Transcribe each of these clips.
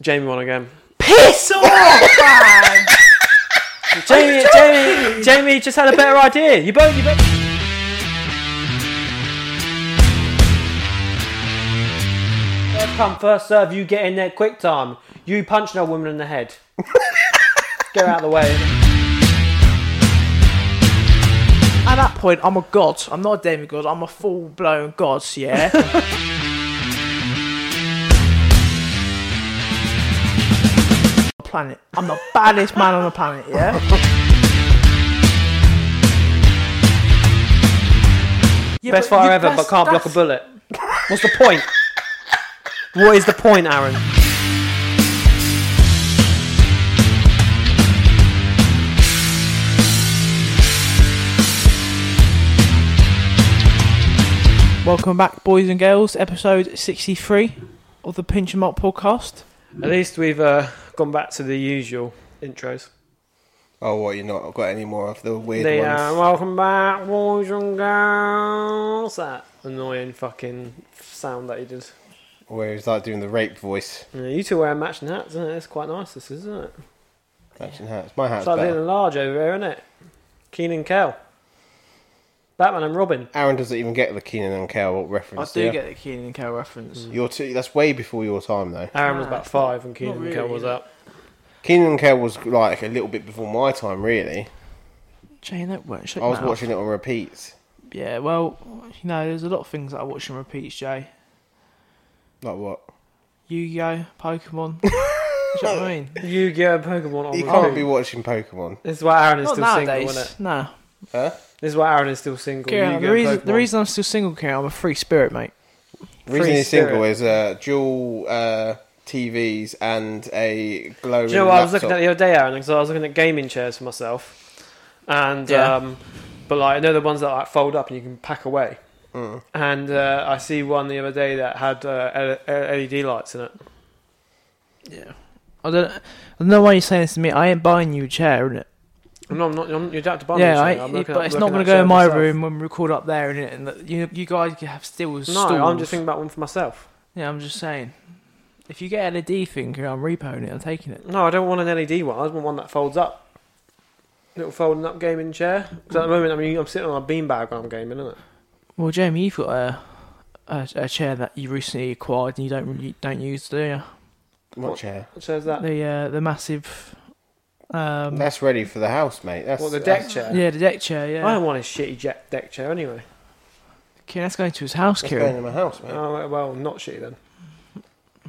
Jamie won again. Piss off, man! Jamie, Jamie, Jamie just had a better idea. You both, you both. First come, first serve. You get in there quick time. You punch no woman in the head. get out of the way. At that point, I'm a god. I'm not a demigod. I'm a full blown god. Yeah. planet. I'm the baddest man on the planet. Yeah. Yeah, Best but fire you- ever, but that's- can't block a that's- bullet. What's the point? what is the point, Aaron? Welcome back, boys and girls. Episode 63 of the Pinch 'em Up podcast. At least we've uh, gone back to the usual intros. Oh, what? You not got any more of the weird The, ones? uh, welcome back, boys and girls. That annoying fucking sound that he did. Where he's like doing the rape voice. Yeah, you two wearing matching hats, isn't it? It's quite nice, this, isn't it? Matching hats. My hat's It's like better. being large over here, isn't it? Keenan Kel. Batman and Robin. Aaron doesn't even get the Keenan and Kel I reference. do yeah? Mm. get the Keenan and Kel reference. Your two, that's way before your time, though. Aaron was Ah, about it's five and Keenan really, Kel was is it? up. Keenan and Kel was like a little bit before my time, really. Jay Network, shut I was your mouth. watching it on repeats, Yeah, well, you know, there's a lot of things that I watch and repeats, Jay. like what? Yu-Gi-Oh, Pokemon. Do you know what I mean? Yu Gi Oh! Pokemon on You repeat. can't be watching Pokemon, This is why Aaron is Not still single, isn't it? nowadays. No. huh? This is why Aaron is still single. Kieran, Yu-Gi-Oh! the reason the Pokemon. reason I'm still single, Kieran, I'm a free spirit, mate. The reason he's spirit. single is uh, dual uh, TVs and a glowing. Do you know what I was looking at laptop. the other day, Aaron? Because I was looking at gaming chairs for myself, and Yeah. um, but like I know the ones that like, fold up and you can pack away. Mm. And uh, I see one the other day that had uh, L- L- LED lights in it. Yeah. I don't, I don't know why you're saying this to me. I ain't buying you a chair, innit? No, I'm not. I'm, you'd have to buy me a Yeah, chair. I, I'm it, looking but at- it's looking not going at to go shit in my myself. room when we record up there, innit? And the, you, you guys can have stills. No, stools. I'm just thinking about one for myself. Yeah, I'm just saying. If you get an LED thing, Kieran, I'm repoing it. I'm taking it. No, I don't want an LED one. I just want one that folds up. Little folding up gaming chair. 'Cause at the moment, I mean, I'm sitting on a beanbag when I'm gaming, isn't it? Well, Jamie, you've got a, a, a chair that you recently acquired and you don't you don't use, do you? What chair? Which says that. The uh, the massive. Um, That's ready for the house, mate. That's What the deck that's- chair? yeah, the deck chair. Yeah. I don't want a shitty jack deck chair anyway. Kieran, that's going to his house, That's Kieran. going in my house, mate. Oh well, not shitty then.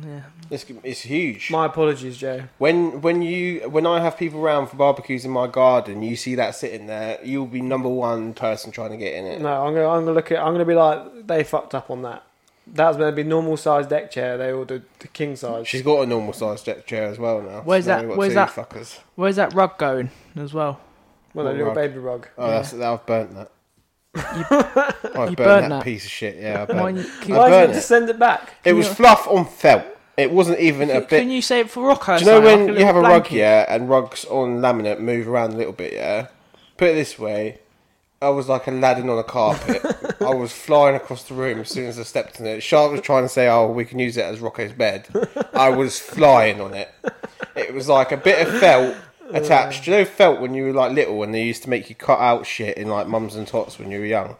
Yeah. It's, it's huge. My apologies, Joe. When when you when I have people round for barbecues in my garden, you see that sitting there, you'll be number one person trying to get in it. No, I'm gonna I'm gonna look at I'm gonna be like they fucked up on that. That's gonna be normal size deck chair. They all did the king size. She's got a normal sized deck chair as well now. Where's now that- we've got where's two that- Fuckers. Where's that rug going as well? well, a What little rug? baby rug. Oh, that's, that, I've burnt that. I've You burnt, burnt that, that? piece of shit. Yeah, I Mine- burnt it. can, I Why did burnt you it. just send it back? It was fluff on felt. It wasn't even a can bit. you say it for Rocco? Do you say, Uh, know like when you little have a rug, blanket? yeah, and rugs on laminate move around a little bit, yeah? Put it this way I was like Aladdin on a carpet. I was flying across the room as soon as I stepped on it. Sharp was trying to say, oh, we can use it as Rocco's bed. I was flying on it. It was like a bit of felt attached. Do you know felt when you were like little when they used to make you cut out shit in like mums and tots when you were young?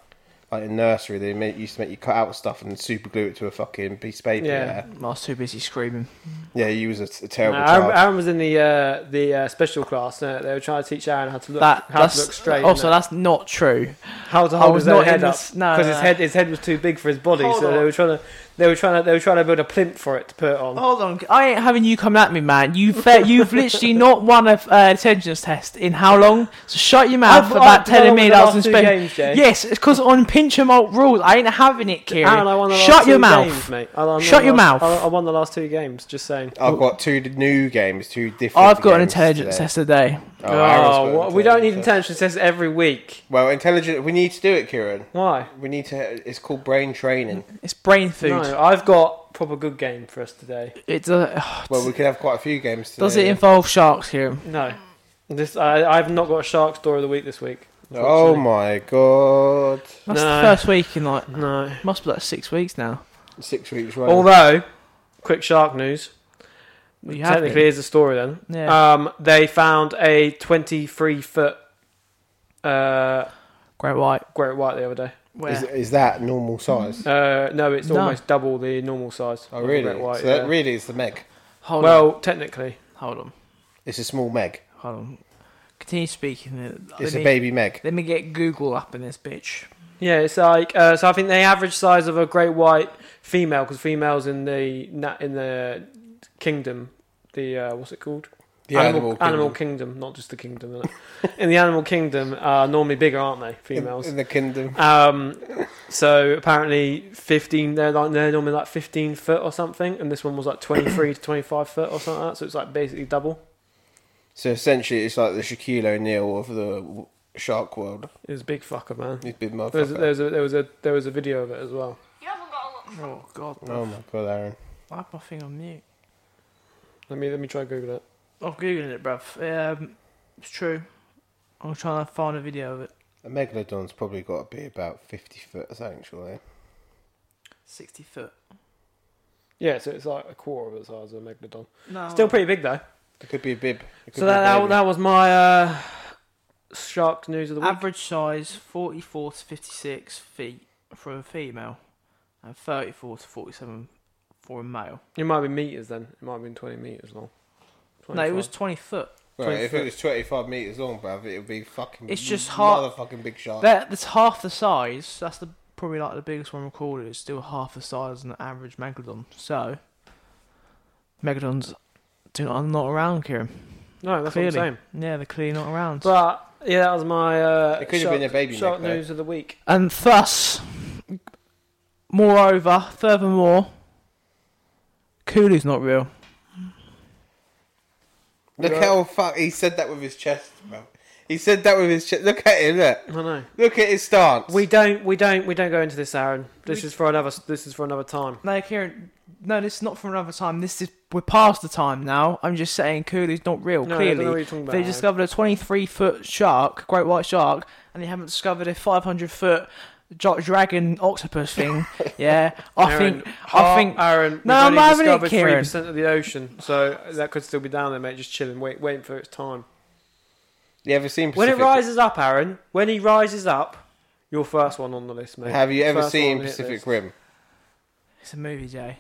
Like in nursery, they ma- used to make you cut out stuff and super glue it to a fucking piece of paper. Yeah. Yeah, I was too busy screaming. yeah. you was a, a No, terrible Aaron, child. Aaron was in the uh, the uh, special class. Uh, they were trying to teach Aaron how to look That how that's to look straight. Also, and that's not true. how to I hold was his own not in head up this- because no, his no, no. head his head was too big for his body. Hold so on. they were trying to they were trying to they were trying to build a plinth for it to put it on. Hold on, I ain't having you come at me, man. You've you've literally not won a uh, attendance test in how long? So shut your mouth I've- for I've about telling won me the that I last was in two Spain. games, Jay. yes, it's because on pinch and malt rules, I ain't having it, Kieran. Aaron, I won the last shut two your mouth. games, mate. I won the Shut your last- mouth. I I won the last two games. Just saying. I've got two d- new games, two different. I've got an games intelligence today. test today. Oh, Aaron's got Oh, an well, we don't need intelligence test. intention says every week. Well, intelligent. We need to do it, Kieran. Why? We need to. It's called brain training. It's brain food. No, I've got proper good game for us today. It's a, Well, we could have quite a few games today. does it involve sharks, Kieran? No, this I, I've not got a shark story of the week this week. Oh unfortunately. my god! That's No. the first week in like No. must be like six weeks now. Six weeks running. Although, quick shark news. Well, you have Technically, been. here's the story then. Yeah. Um, they found a 23 foot uh, Great White. great white the other day. Where? Is, is that normal size? Uh, no, it's No. almost double the normal size. Oh, of a really? Great white, so that yeah. really is the Meg. Hold on. well, technically, Hold on. It's a small Meg. Hold on. Continue speaking. let, It's a me, baby Meg. let me get Google up in this bitch. yeah, it's like uh, so. I think the average size of a great white female, because females in the na- in the kingdom, the uh, what's it called? The animal, kingdom. animal kingdom. not just the kingdom. innit? in the animal kingdom, are normally bigger, aren't they? In- Females. In, the kingdom. Um, so apparently, fifteen. They're like they're normally like fifteen foot or something, and this one was like twenty three to twenty five foot or something. Like that, so it's like basically double. So essentially, it's like the Shaquille O'Neal of the w- shark world. It was a big fucker, man. He's big There was, motherfucker. there was a there was a there was a video of it as well. You haven't got a look. Oh, God. Oh my god, Aaron. I have my thing on mute. Let me let me try and Google it. I'm Googling it, bruv. Um, it's true. I'm trying to find a video of it. A megalodon's probably got to be about 50 foot, I think, surely. 60 foot. Yeah, so it's like a quarter of the size of a megalodon. No. Still pretty big though. It could be a bib. It could So be a that that, baby. that was my uh, shark news of the week. Average size 44 to 56 feet for a female and 34 to 47 for a male. It might be meters then. It might have been twenty meters long. No, it 25. was 20 foot. Right, if 20 it was 25 metres long, bruv, it would be fucking. It's just hard- hard. Motherfucking big shark. That that's half the size. That's the probably like the biggest one recorded. It's still half the size of an average megalodon. So megalodons do not, are not around, Kieran. no, that's what I'm Clearly. saying. Yeah, they're clearly not around. But yeah, that was my uh, It could have shark- been a baby shark neck, though. news of the week. and thus, moreover, furthermore, Kulu's not real. Look how fuck he said that with his chest, bro. He said that with his chest. Look at him, look. I know. Look at his stance. We don't, we don't, we don't go into this, Aaron. This We- is for another. This is for another time. No, Kieran. No, this is not from another time. This is we're past the time now. I'm just saying Kulu's not real. No, I don't clearly, know what you're talking about, they Aaron. discovered a 23 foot shark, great white shark, and they haven't discovered a 500 foot dra- dragon octopus thing. yeah, I Aaron, think. I half- think. Aaron. We've No, I'm only not having it, discovered three Kieran. percent of the ocean, so that could still be down there, mate. Just chilling, wait, waiting for its time. You ever seen When Pacific? it rises up, Aaron. When he rises up, you're first one on the list, mate. Have you ever First one seen to hit Pacific this. Rim? It's a movie, Jay.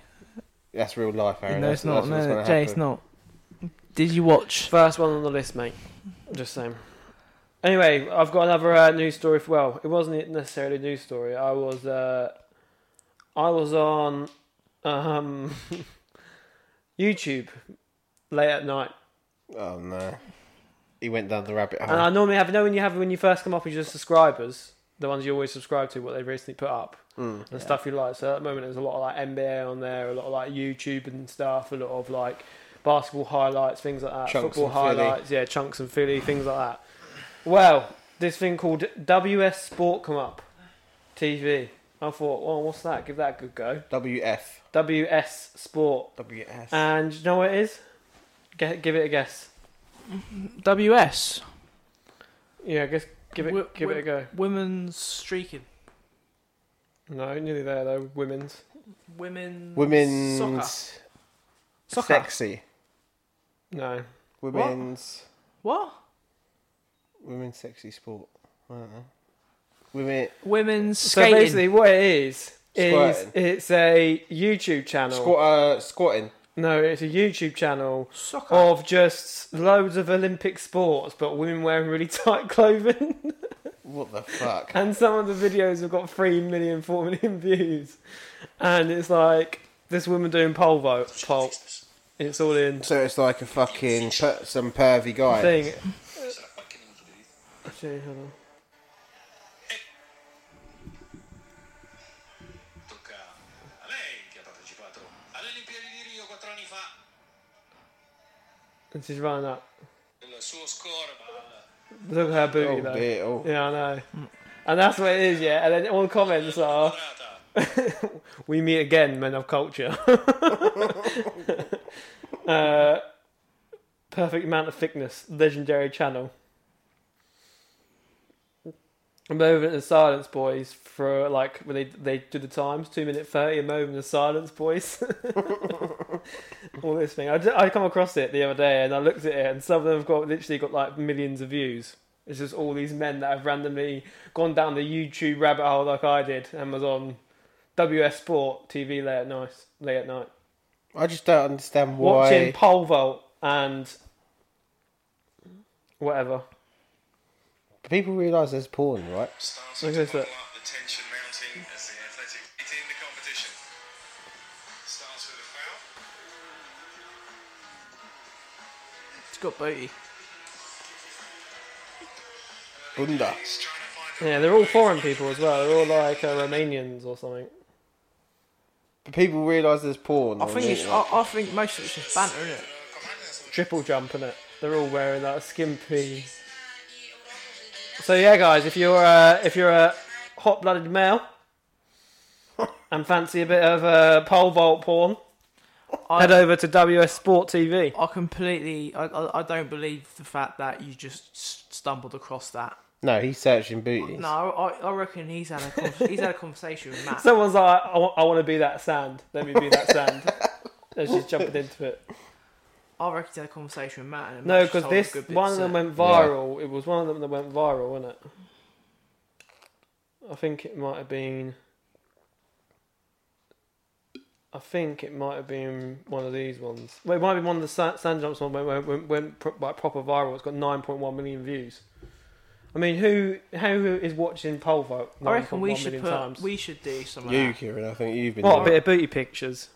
That's real life, Aaron. no, that's, it's not. That's what's No, gonna Jay, it's happen. not. Did you watch? First one on the list, mate. Just saying. Anyway, I've got another uh, news story. For, well, it wasn't necessarily a news story. I was, uh, I was on um, YouTube late at night, Oh no. He went down the rabbit hole. and I normally have. You know when you have when you first come up with your subscribers, the ones you always subscribe to, what they recently put up Hmm. and stuff you like. So at the moment, there's a lot of like NBA on there, a lot of like YouTube and stuff, a lot of like basketball highlights, things like that, Chunks football and Philly. highlights, yeah, chunks and Philly, things like that. Well, this thing called WS Sport come up, TV. I thought, well, what's that? Give that a good go. WF. WS Sport, WS. and do you know what it is? Ge- give it a guess. WS. Yeah, I guess give it Wo- give it wo- a go. Women's streaking. No, nearly there though. Women's. Women's. Women's Soccer. Soccer. sexy. No. Women's What? women's sexy sport. I don't know. Women Women's So skating. basically, what it is is Squatting. it's a YouTube channel. squat uh, squatting. No, it's a YouTube channel Soccer. of just loads of Olympic sports, but women wearing really tight clothing. What the fuck? and some of the videos have got 3 million, 4 million views. And it's like this woman doing pole vault. Pole. It's all in so it's like a fucking per- some pervy guy. thing. Actually, hold on. Tocca a lei che ha partecipato alle Olimpiadi di Rio quattro anni fa. And she's running up. Il suo score ma Look at her booty Oh, though. dear. Oh. Yeah, I know. And that's what it is, yeah. And then all the comments are. quadrata. We meet again, men of culture. uh, perfect amount of thickness, legendary channel. A moment of silence, boys, for like when they they do the times, two minute thirty. A moment of silence, boys. all this thing. I, ju- I come across it the other day and I looked at it and some of them have got literally got like millions of views. It's just all these men that have randomly gone down the YouTube rabbit hole like I did and was on WS Sport TV late at night. Late at night, I just don't understand why. watching pole vault and whatever. People realise there's porn, right? Starts Look to at this, bubble look. up the tension mounting as the athletics beat in the competition. Starts with a foul. It's got booty. Bunda. He's trying to find a Yeah, they're all foreign people as well. They're all like uh, Romanians or something. But people realise there's porn. I on think the it's, internet. I, I think most of it's just banter, isn't it? Triple jump in it. They're all wearing that skimpy. So yeah, guys, if you're uh, if you're a hot-blooded male and fancy a bit of uh, pole vault porn, head I, over to WS Sport TV. I completely, I, I, I don't believe the fact that you just s- stumbled across that. No, he's searching booties. No, I, I reckon he's had a con- he's had a conversation with Matt. Someone's like, I want to be that sand. Let me be that sand. They're just jumping into it. I reckon he's had a conversation with Matt. And No, Matt's because told him this good bits one of them that- went viral. It was one of them that went viral, wasn't it? I think it might have been. I think it might have been one of these ones. Well, it might have been one of the sa- sand jumps one went went, went, went pro- like proper viral. It's got nine point one million views. I mean, who who is watching pole vote? I reckon we 9.1 should million put times? we should do some. of You, that. Kieran, I think you've been what a bit doing- of booty pictures.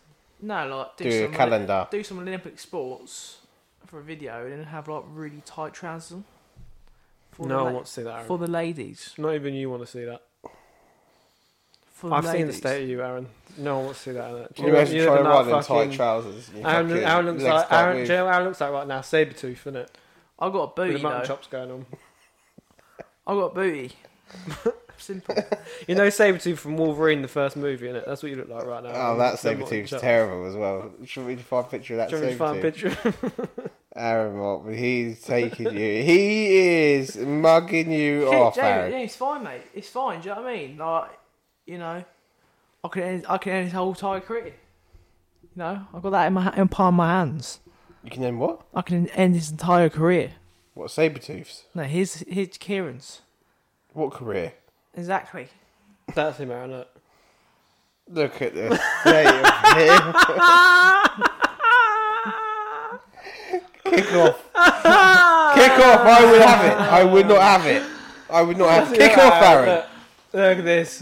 No, like do, do a some calendar. do some Olympic sports for a video and then have like really tight trousers on. No For the one la- wants to see that. Aaron. for the ladies. Not even you want to see that. For the I've seen the ladies. state of you, Aaron. No one wants to see that. Aaron. Can you imagine live trying in to that run in fucking- tight trousers? and your Aaron, fucking Aaron looks legs like can't Aaron, do move? you know what Aaron looks like right now? Sabretooth, isn't it? I got a With the booty mutton though. chops going on. I got a booty. Simple. You know Sabretooth from Wolverine, the first movie, innit? That's what you look like right now. Oh, Aaron. that The mutton saber-tooth's chops. terrible as well. Should we find a picture of that Do you want me to find a saber-tooth? picture? Aaron Watt, he's taking you. He is mugging you Yeah, off, Jamie, Aaron. yeah, it's fine, mate. It's fine. Do you know what I mean? Like, you know, I can end, I can end his whole entire career. You know, I've got that in my ha- in palm of my hands. You can then what? I can end his entire career. What, saber-tooths? No, here's here's Kieran's. What career? Exactly. That's him, Aaron. Look. Look at the state of him. Kick off. Kick off. I would have it. I would not have it. I would not have it. Kick off, Aaron. Look, look at this.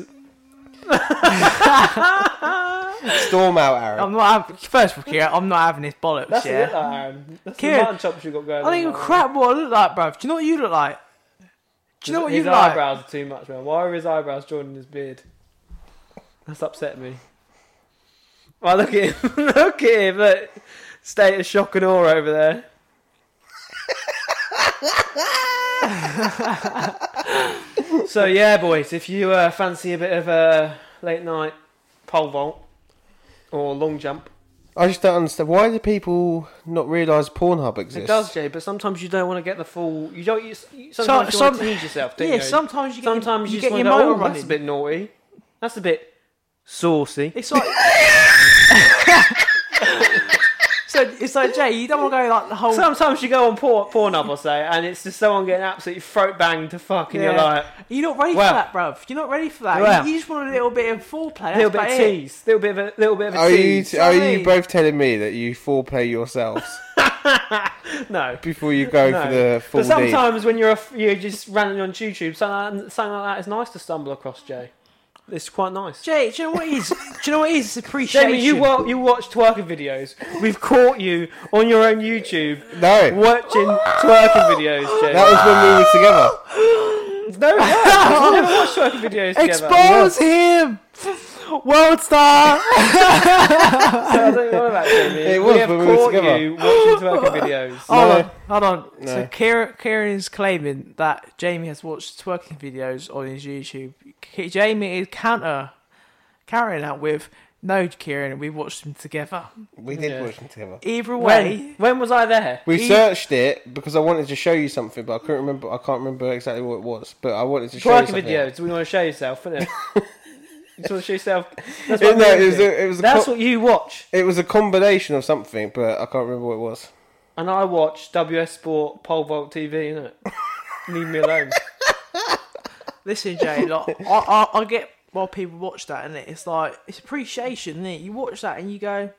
Storm out, Um, I'm Aaron. not having. First of all, Kieran, I'm not having this bollocks. That's yeah. it, Aaron. That's Kieran, the mutton chops you got going I think on. you're Aaron. crap what I look like, bruv. Do you know what you look like? Do you know what his you look like? eyebrows are too much, man. Why are his eyebrows joining his beard? That's upset me. Well, look at him. look at him. Look. State of shock and awe over there. so yeah, boys, if you uh, fancy a bit of a late night pole vault or long jump, I just don't understand. Why do people not realise Pornhub exists? it does, Jay. But sometimes you don't want to get the full. You don't. You, sometimes you want some- to tease yourself, don't Yeah, you? sometimes you get Sometimes you, your, you just get want your to go, motor oh, running. that's a bit naughty. That's a bit saucy. It's like. so it's like Jay, you don't want to go like the whole. Sometimes you go on porn, Pornhub or say, and it's just someone getting absolutely throat banged to fuck, and you're Yeah. like, You're not ready Well. for that, bruv. You're not ready for I that. am. You, you just want a little bit of foreplay. a little that's bit of about it. tease, little bit of a little bit of a Are Oh, you, tease. are sorry. you both telling me that you foreplay yourselves no. before you go No. for the full But deep? sometimes when you're a, you're just randomly on YouTube, something like, something like that is nice to stumble across, Jay. It's quite nice. Jay, do you know what it is? do you know what it is? It's appreciation. Jamie, you wa- you watch twerking videos. We've caught you on your own YouTube No, watching twerking videos, Jay. that was when we were together. No, we haven't. We've never watched twerking videos together. Expose him, world star. I don't know about Jamie. It was we have when we were caught together. you watching Oh. twerking videos. Hold No. on, hold on. So No. Kieran, Kieran's claiming that Jamie has watched twerking videos on his YouTube. K- Jamie is counter carrying out with no, Kieran. We watched them together. We did Yeah. watch them together. Either way, When, when was I there? We He- searched it because I wanted to show you something, but I couldn't remember. I can't remember exactly what it was, but I wanted to show you Twerking something. videos. We want to show yourself, innit? You sort of shoot yourself. That's No, what, I'm it was thinking. a, it was a That's co- what you watch. it was a combination of something, but I can't remember what it was. And I watch WS Sport Pole Vault TV, innit? Leave me alone. Listen, Jay, like, I, I, I get why people watch that, and it? it's like it's appreciation. Innit? You watch that and you go,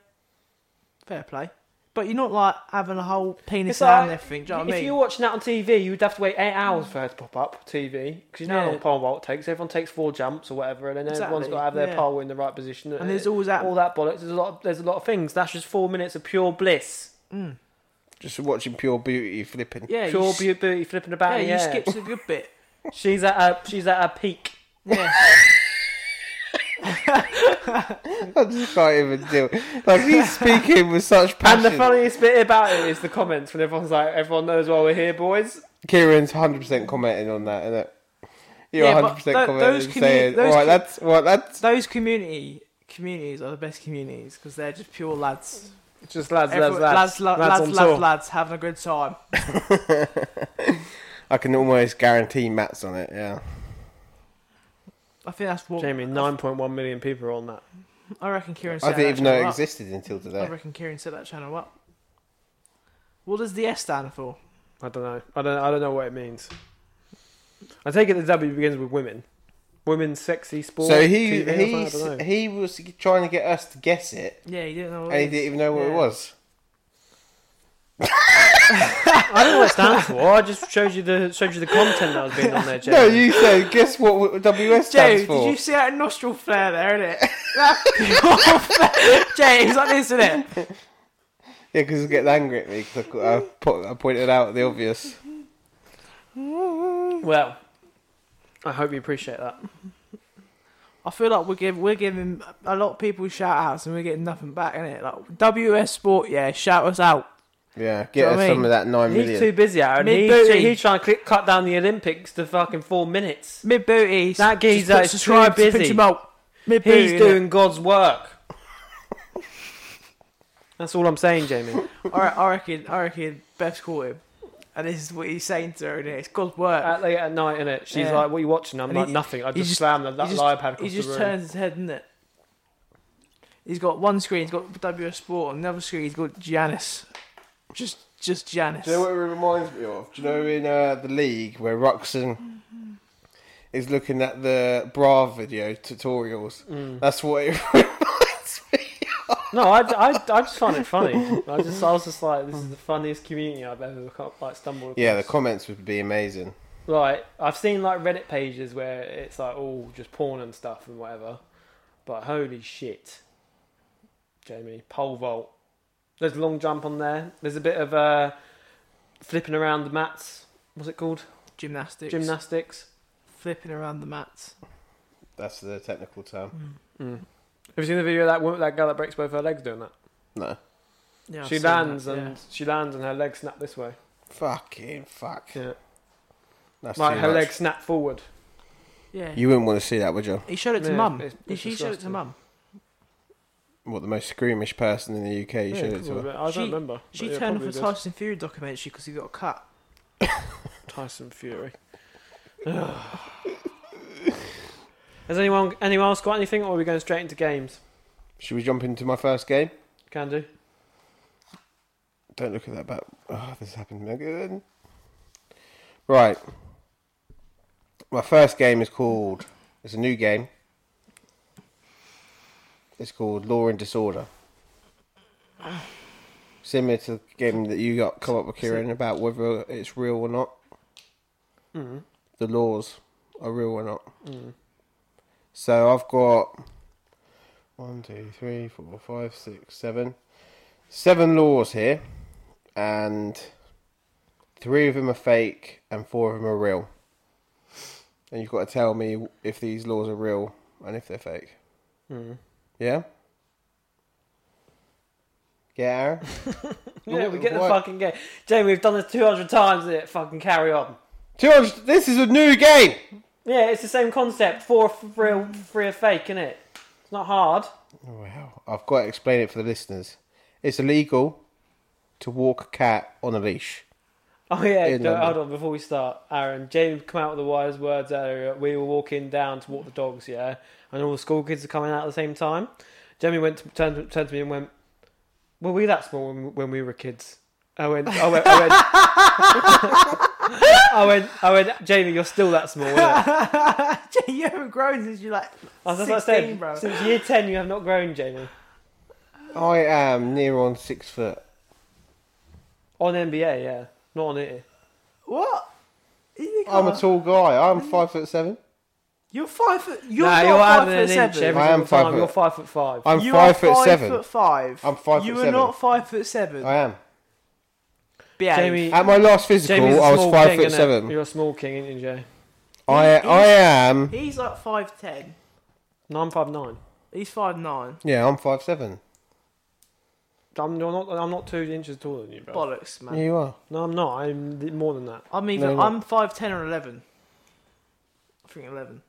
fair play, but you're not like having a whole penis It's out and like, everything. Do you know if what I mean? you were watching that on TV, you'd have to wait eight hours for her to pop up TV because you know how Yeah. long pole vault takes. Everyone takes four jumps or whatever, and then everyone's Exactly, got to have their yeah. pole in the right position. and there's always that. all that bollocks. There's a lot. Of, there's a lot of things. That's just four minutes of pure bliss, Just watching pure beauty flipping. yeah, you pure s- beauty, beauty flipping about. Yeah, in the you air. skip to the good bit. She's at a. She's at a peak. Yeah, I just can't even deal. Like he's speaking with such And passion. the funniest bit about it is the comments when everyone's like, "Everyone knows why we're here, boys." Kieran's hundred percent commenting on that, isn't it? You're Yeah, hundred but percent tho- commenting, those and commu- saying, those "All right, com- that's well, that's those community communities are the best communities because they're just pure lads. Just lads, Everyone- lads, lads, lads, lads lads, on lads, tour. lads, lads, having a good time. I can almost guarantee Matt's on it. Yeah, I think that's what Jamie, nine point one million people are on that. I reckon. Kieran. I set didn't that even know channel it up. existed until I today. reckon Kieran set that channel up. What does the S stand for? I don't know. I don't. I don't know what it means. I take it the W begins with women. Women's sexy sport. So he TV or something, I don't he know. he was trying to get us to guess it, Yeah, you didn't know. What and he didn't even know what it Yeah. was. I don't know what it stands for. I just showed you the showed you the content that was being on there, Jamie. No, you said guess what WS stands Jay, for. did you see that nostril flare there, innit? That- Jay, he's like this, innit? Yeah, because he's getting angry at me because I, I, put, I pointed out the obvious. Well, I hope you appreciate that. I feel like we're giving we're giving a lot of people shout outs and we're getting nothing back, innit? Like WS Sport, yeah, shout us out. Yeah, get You know us what I some mean? of that nine million. He's too busy, Aaron. He's, Mid-booty. he's trying to click, cut down the Olympics to fucking four minutes. Mid booty. That geezer is too busy. Mid booty. He's doing God's work. That's all I'm saying, Jamie. I, re- I reckon. I reckon Beth's caught him, and this is what he's saying to her, innit? It's God's work. At late at night, innit? She's Yeah. like, "What are you watching?" I'm And like, he- "Nothing." I he just, just- slammed that, that he just, iPad across he just the room. turns his head, isn't it? He's got one screen. He's got WS Sport. On the other screen, he's got Giannis. Just, just Giannis. Do you know what it reminds me of? Do you know in uh, the league where Ruxin is looking at the bra video tutorials? That's what it reminds me. No, I, I, I just find it funny. I just I was just like, this is the funniest community I've ever like stumbled. Yeah, the across. comments would be amazing. Like I've seen like Reddit pages where it's like all just porn and stuff and whatever, but holy shit, Jamie pole vault. There's a long jump on there. There's a bit of uh, flipping around the mats. What's it called? Gymnastics. Gymnastics. Flipping around the mats. That's the technical term. Have you seen the video of that woman, that girl that breaks both her legs doing that? Mm. No. Yeah, I've she seen lands that, and she lands and her leg snapped this way. Fucking fuck. Yeah. That's Like too her much. leg snapped forward. yeah. yeah. You wouldn't want to see that, would you? he showed it to Yeah, mum. it's- He- it's she showed it to disgusting. mum. What, the most squeamish person in the UK? You Yeah, showed it cool, to her. but I don't She- remember. but She yeah, turned off probably the did. Tyson Fury documentary because he got a cut. Tyson Fury. Has anyone anyone else got anything, or are we going straight into games? Should we jump into my first game? Can do. Don't look at that back. Oh, this happened again. Right. My first game is called. It's a new game. It's called Law and Disorder. Similar to the game that you got come up with, Kieran, about whether it's real or not. Mm. The laws are real or not. So I've got one, two, three, four, five, six, seven, seven laws here, and three of them are fake and four of them are real. And you've got to tell me if these laws are real and if they're fake. Mm. Yeah. Yeah, Aaron. Yeah, we get the What? fucking game. Jamie, we've done this two hundred times. Is it fucking carry on? George, this is a new game. Yeah, it's the same concept. Four f- real, three are fake, isn't it? It's not hard. Wow, I've got to explain it for the listeners. It's illegal to walk a cat on a leash. Oh yeah, In no, London. hold on. Before we start, Aaron, Jamie come out with the wise words earlier. We were walking down to walk the dogs, yeah, and all the school kids are coming out at the same time. Jamie went to, turned, turned to me and went, "Were we that small when, when we were kids?" I went, I went, I went, I went, I went, Jamie, you're still that small. Isn't it? Jay, you haven't grown since you like I was- Oh, That's what I 16, said. bro. Since year ten, you have not grown, Jamie. I am near on six foot. On NBA, yeah, not on it. What? You think I'm a tall guy. I'm five foot seven. You're five foot. You're Nah, not you're five adding foot an inch seven. every I am single time. five foot. You're five foot five. I'm you five are foot five seven. Foot five. I'm five You are foot seven. not five foot seven. I am. Behave. Jamie- At my last physical, Jamie's a I was small five king, foot innit? seven. You're a small king, ain't you, Jay? I I am. He's like five ten. Nine five nine. He's five nine. Yeah, I'm five seven. I'm you're not. I'm not two inches taller than you, bro. Bollocks, man. Yeah, you are. No, I'm not. I'm th- more than that. I'm even. No, you're I'm five ten or eleven. I think eleven.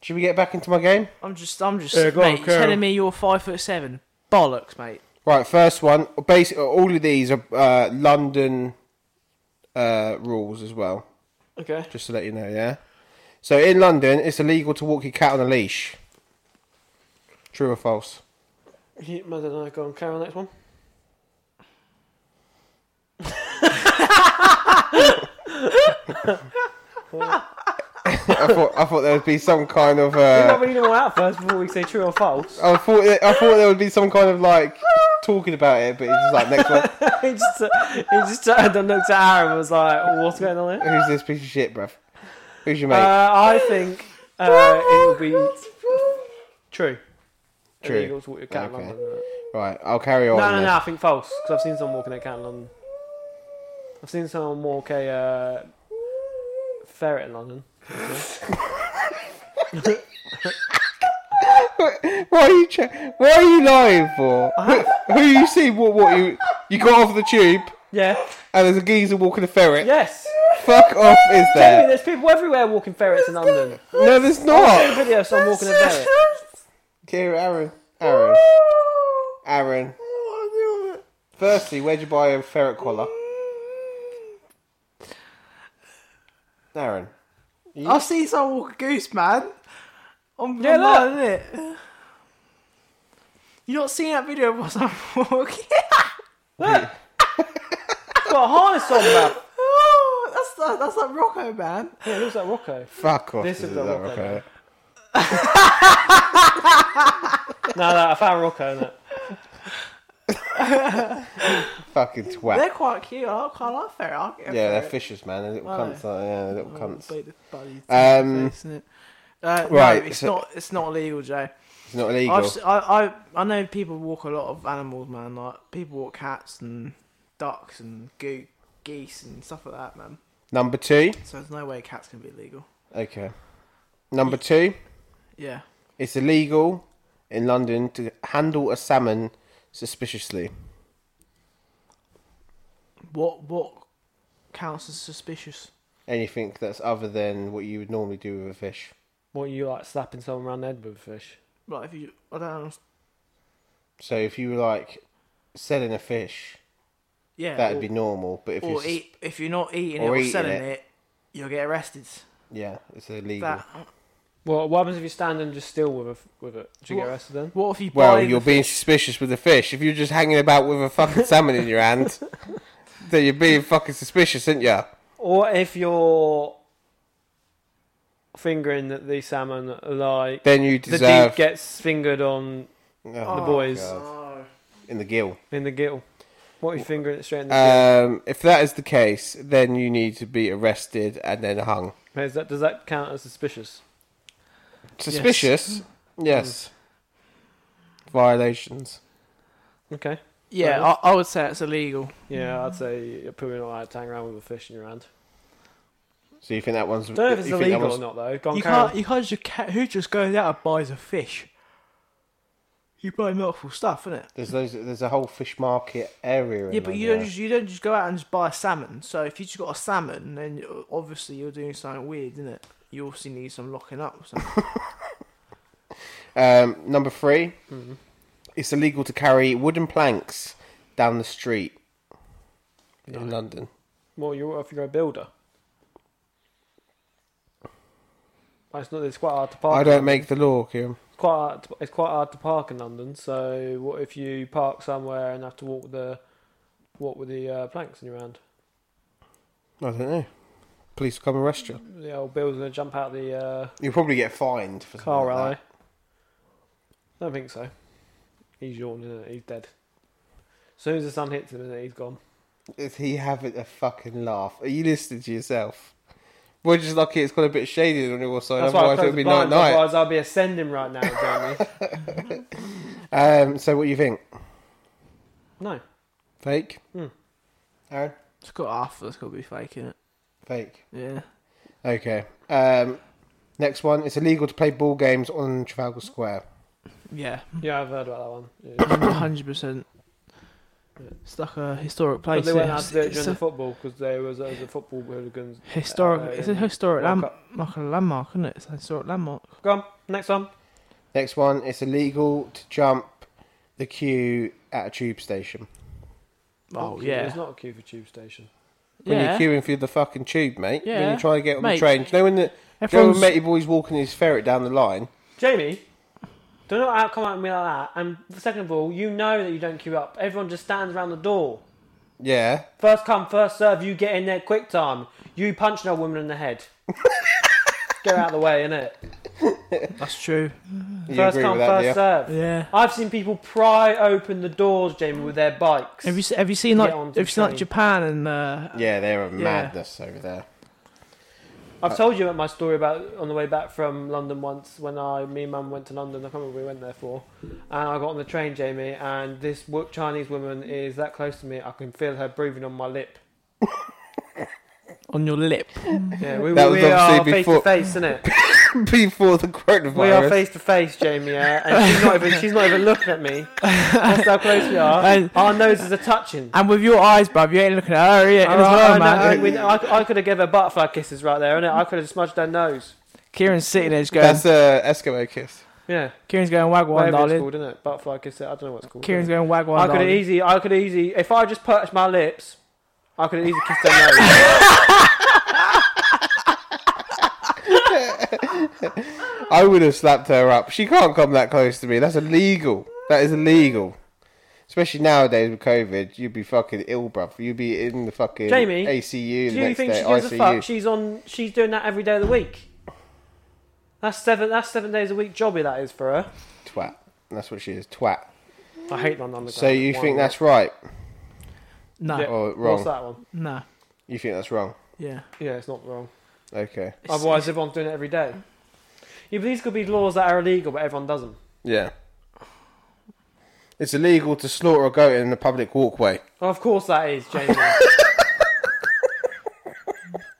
Should we get back into my game? I'm just. I'm just. Yeah, go on, mate, carry telling on. me you're five foot seven. Bollocks, mate. Right, first one. Basically, all of these are uh, London uh, rules as well. Okay. Just to let you know, yeah. So in London, it's illegal to walk your cat on a leash. True or false? I don't know. Go on. Carry on. Next one. I thought I thought there would be some kind of. We're Uh, not reading them all out first before we say true or false. I thought I thought there would be some kind of like talking about it, but it's just like next one. he just he just turned and looked at Aaron and was like, "Oh, "What's going on here?" Who's this piece of shit, bruv? Who's your Uh, mate? I think uh, it will be true. True. Illegal to walk your cat in Okay. London, isn't it? right, I'll carry on. No, no, then. no. I think false because I've seen someone walking their cat in London. I've seen someone walk a uh, ferret in London. Why are you che- Why are you lying for? Uh-huh. Who, who you see? What? What you? You got off the tube, Yeah. and there's a geezer walking a ferret. Yes. Fuck off! Is Jamie, there? there's people everywhere walking ferrets in London. No, there's I've seen a not. video of someone walking a ferret. Here, Aaron. Aaron. Aaron. Oh, Firstly, where'd you buy a ferret collar? Aaron. I've seen someone walk a goose, man. I'm Yeah, yeah, look. not it. You not seen that video of someone walking? Look. got a harness on, man. oh, that's like, that's like Rocco, man. Yeah, it looks like Rocco. Fuck off. This is the not one, okay. okay. No, no, I found Rocco in it. Fucking They're twat. quite cute. I quite like ferret. I'll get a Yeah, they're ferret. fishes, man. They're little Oh. cunts. aren't they? Yeah, they're little cunts. Bait the buddies Um, in the face, isn't it? Uh, right, No, it's so- not. It's not illegal, Joe. It's not I've, illegal. s- I, I I know people walk a lot of animals, man. Like people walk cats and ducks and goo, geese and stuff like that, man. Number two. So there's no way cats can be illegal. Okay. Number two. Yeah. It's illegal in London to handle a salmon suspiciously. What what counts as suspicious? Anything that's other than what you would normally do with a fish. What you like slapping someone around the head with a fish? Like if you, I don't. Know, So if you were like selling a fish, yeah. that'd or, be normal. But if you Or sus- eat if you're not eating it or or eating selling it. it. you'll get arrested. yeah, it's illegal. That. Well, what happens if you stand and just still with a, f- with it? Do you get What? arrested then? What if you buy? well, the you're fi- being suspicious with the fish. If you're just hanging about with a fucking salmon in your hand, then you're being fucking suspicious, aren't you? Or if you're fingering the- the salmon, like Then you the deserve deep gets fingered on Oh, the boys. God. Oh. in the gill. in the gill. What if you fingering it straight in the gill? Um, if that is the case, then you need to be arrested and then hung. Is that, does that count as suspicious? Suspicious? Mm. Yes. Violations. Okay. Yeah, I, I would say it's illegal. Yeah, I'd say you're probably not allowed to hang around with a fish in your hand. So you think that one's? Don't know if it's you think that illegal or one's- not though. Go on, You carry on. can't. You can't just. Ca- who just goes out and buys a fish? You buy multiple stuff, innit? There's those, there's a whole fish market area. in Yeah, but you London. don't just you don't just go out and just buy a salmon. So if you just got a salmon, then you- obviously you're doing something weird, isn't it? You obviously need some locking up. Or something. Um, number 3 Mm-hmm. It's illegal to carry wooden planks down the street. in London. Well, you're if you're a builder. It's not. It's quite hard to park. I in don't London. make the law, Kim. It's quite hard to, it's quite hard to park in London. So what if you park somewhere and have to walk the walk with the uh, planks in your hand? I don't know. Police will come arrest you. The old builder's gonna jump out the uh, You'll probably get fined for something car like alley. that. Don't think so. He's yawning. Isn't he? He's dead. As soon as the sun hits him, isn't it? he's gone. Is he having a fucking laugh? Are you listening to yourself? We're just lucky it's got a bit shaded on your side, That's why I otherwise it closed the would be night blinds. night. Otherwise, I'll be ascending right now, Jamie. Um, so what do you think? no, Fake? Hmm. Aaron? It's got half of it's got to be fake, innit? Fake. Yeah. Okay. Um, next one. It's illegal to play ball games on Trafalgar Square. Yeah. yeah, I've heard about that one. Yeah. 100%. It's like a historic But place. they innit? went out to do it It's during the a football because there was, there was a football hooligans. historic. Uh, it's a in- historic World land, Cup. like a landmark, isn't it? It's a historic landmark. Go on, next one. Next one. It's illegal to jump the queue at a tube station. Oh, Not a queue- yeah. There's not a queue for tube station. When yeah. you're queuing for the fucking tube, mate. When Yeah. you try to get on the Mate. train. Do you know when the do you know Everyone's, when matey boy's walking his ferret down the line? Jamie, do not out come at me like that. And second of all, you know that you don't queue up. Everyone just stands around the door. Yeah. First come, first serve. You get in there quick time. You punch no woman in the head. get out of the way, innit? that's true. You First agree come, with that, first do you? serve. Yeah. I've seen people pry open the doors, Jamie, with their bikes. Have you se- have you seen Get like on have to you seen like train. Japan and uh, Yeah, they're a madness over there. I've told you about my story about on the way back from London once when I, me and Mum went to London. I can't remember what we went there for, and I got on the train, Jamie, and this wo- Chinese woman is that close to me. I can feel her breathing on my lip. on your lip? Yeah, we, That was we are obviously face to before- face, isn't it? Before the coronavirus. We are face to face, Jamie, yeah, and she's not even she's not even looking at me. That's how close we are. And- Our noses are touching. And with your eyes, bruv, you ain't looking at her, yeah, I, as well, man. I, know, we- I, I could have given her butterfly kisses right there, and I could have smudged her nose. Kieran's sitting there, just going, That's a Eskimo kiss. Yeah, Kieran's going wag one, whatever it's darling. called, isn't it? Butterfly kiss. I don't know what's called. Kieran's going wag I one, could have darling. easy. I could have easy. If I just perched my lips, I could have easy kissed her nose. I would have slapped her up. She can't come that close to me. That's illegal. That is illegal. Especially nowadays with COVID, you'd be fucking ill, bruv. You'd be in the fucking Jamie, ACU Do the you next think day. she gives a fuck? ICU. She's on. She's doing that every day of the week. That's seven. That's seven days a week jobby that is for her. Twat. That's what she is. Twat. I hate London Underground. So you Why think not? that's right No, Yeah. or what's wrong? that one? no, You think that's wrong? yeah. Yeah, it's not wrong. Okay. It's- Otherwise, everyone's doing it every day. Yeah, but these could be laws that are illegal, but everyone does them. Yeah. It's illegal to slaughter a goat in a public walkway. of course that is, Jamie.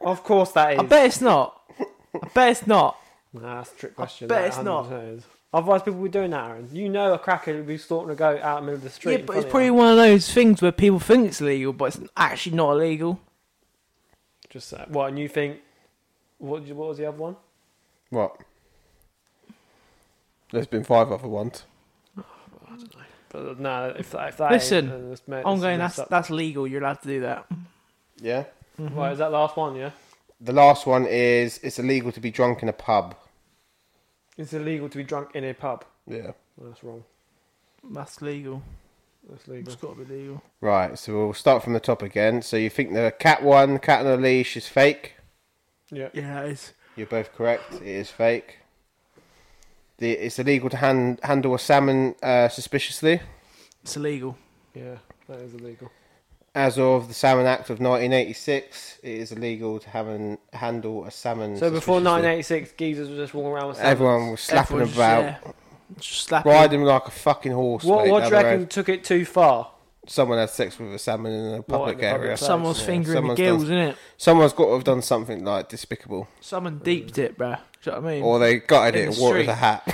of course that is. I bet it's not. I bet it's not. Nah, that's a trick question. bet that it's not. 100% is. Otherwise, people would be doing that, Aaron. You know a cracker would be sorting a goat out in the middle of the street. Yeah, in but front it's of probably you. one of those things where people think it's legal, but it's actually not illegal. Just say, what, and you think. What, did you- what was the other one? What? There's been five other ones. But no, if that, if that Listen, ain't, then this ma- I'm this is going. That's messed up. that's legal. You're allowed to do that. Yeah. Right, is that last one, yeah? The last one is it's illegal to be drunk in a pub. It's illegal to be drunk in a pub. Yeah. Well, that's wrong. That's legal. That's It's legal. got to be legal. Right, so we'll start from the top again. So you think the cat one, cat on a leash, is fake? Yeah. Yeah, it is. You're both correct. It is fake. The, it's illegal to hand, handle a salmon uh, suspiciously. It's illegal. Yeah, that is illegal. As of the Salmon Act of 1986, it is illegal to have an, handle a salmon. So before suspiciously. 1986, geezers were just walking around with salmons. everyone was slapping Everyone's about, just, yeah, just slapping. riding like a fucking horse. What, mate, what do down you the reckon road. took it too far? Someone had sex with a salmon in a public the public area. place? Someone's Yeah, finger in the someone's done- gills, innit? Someone's got to have done something like despicable, Someone deeped it, bruh. Do you know what I mean? or they gutted In it the and wore it with street. a hat.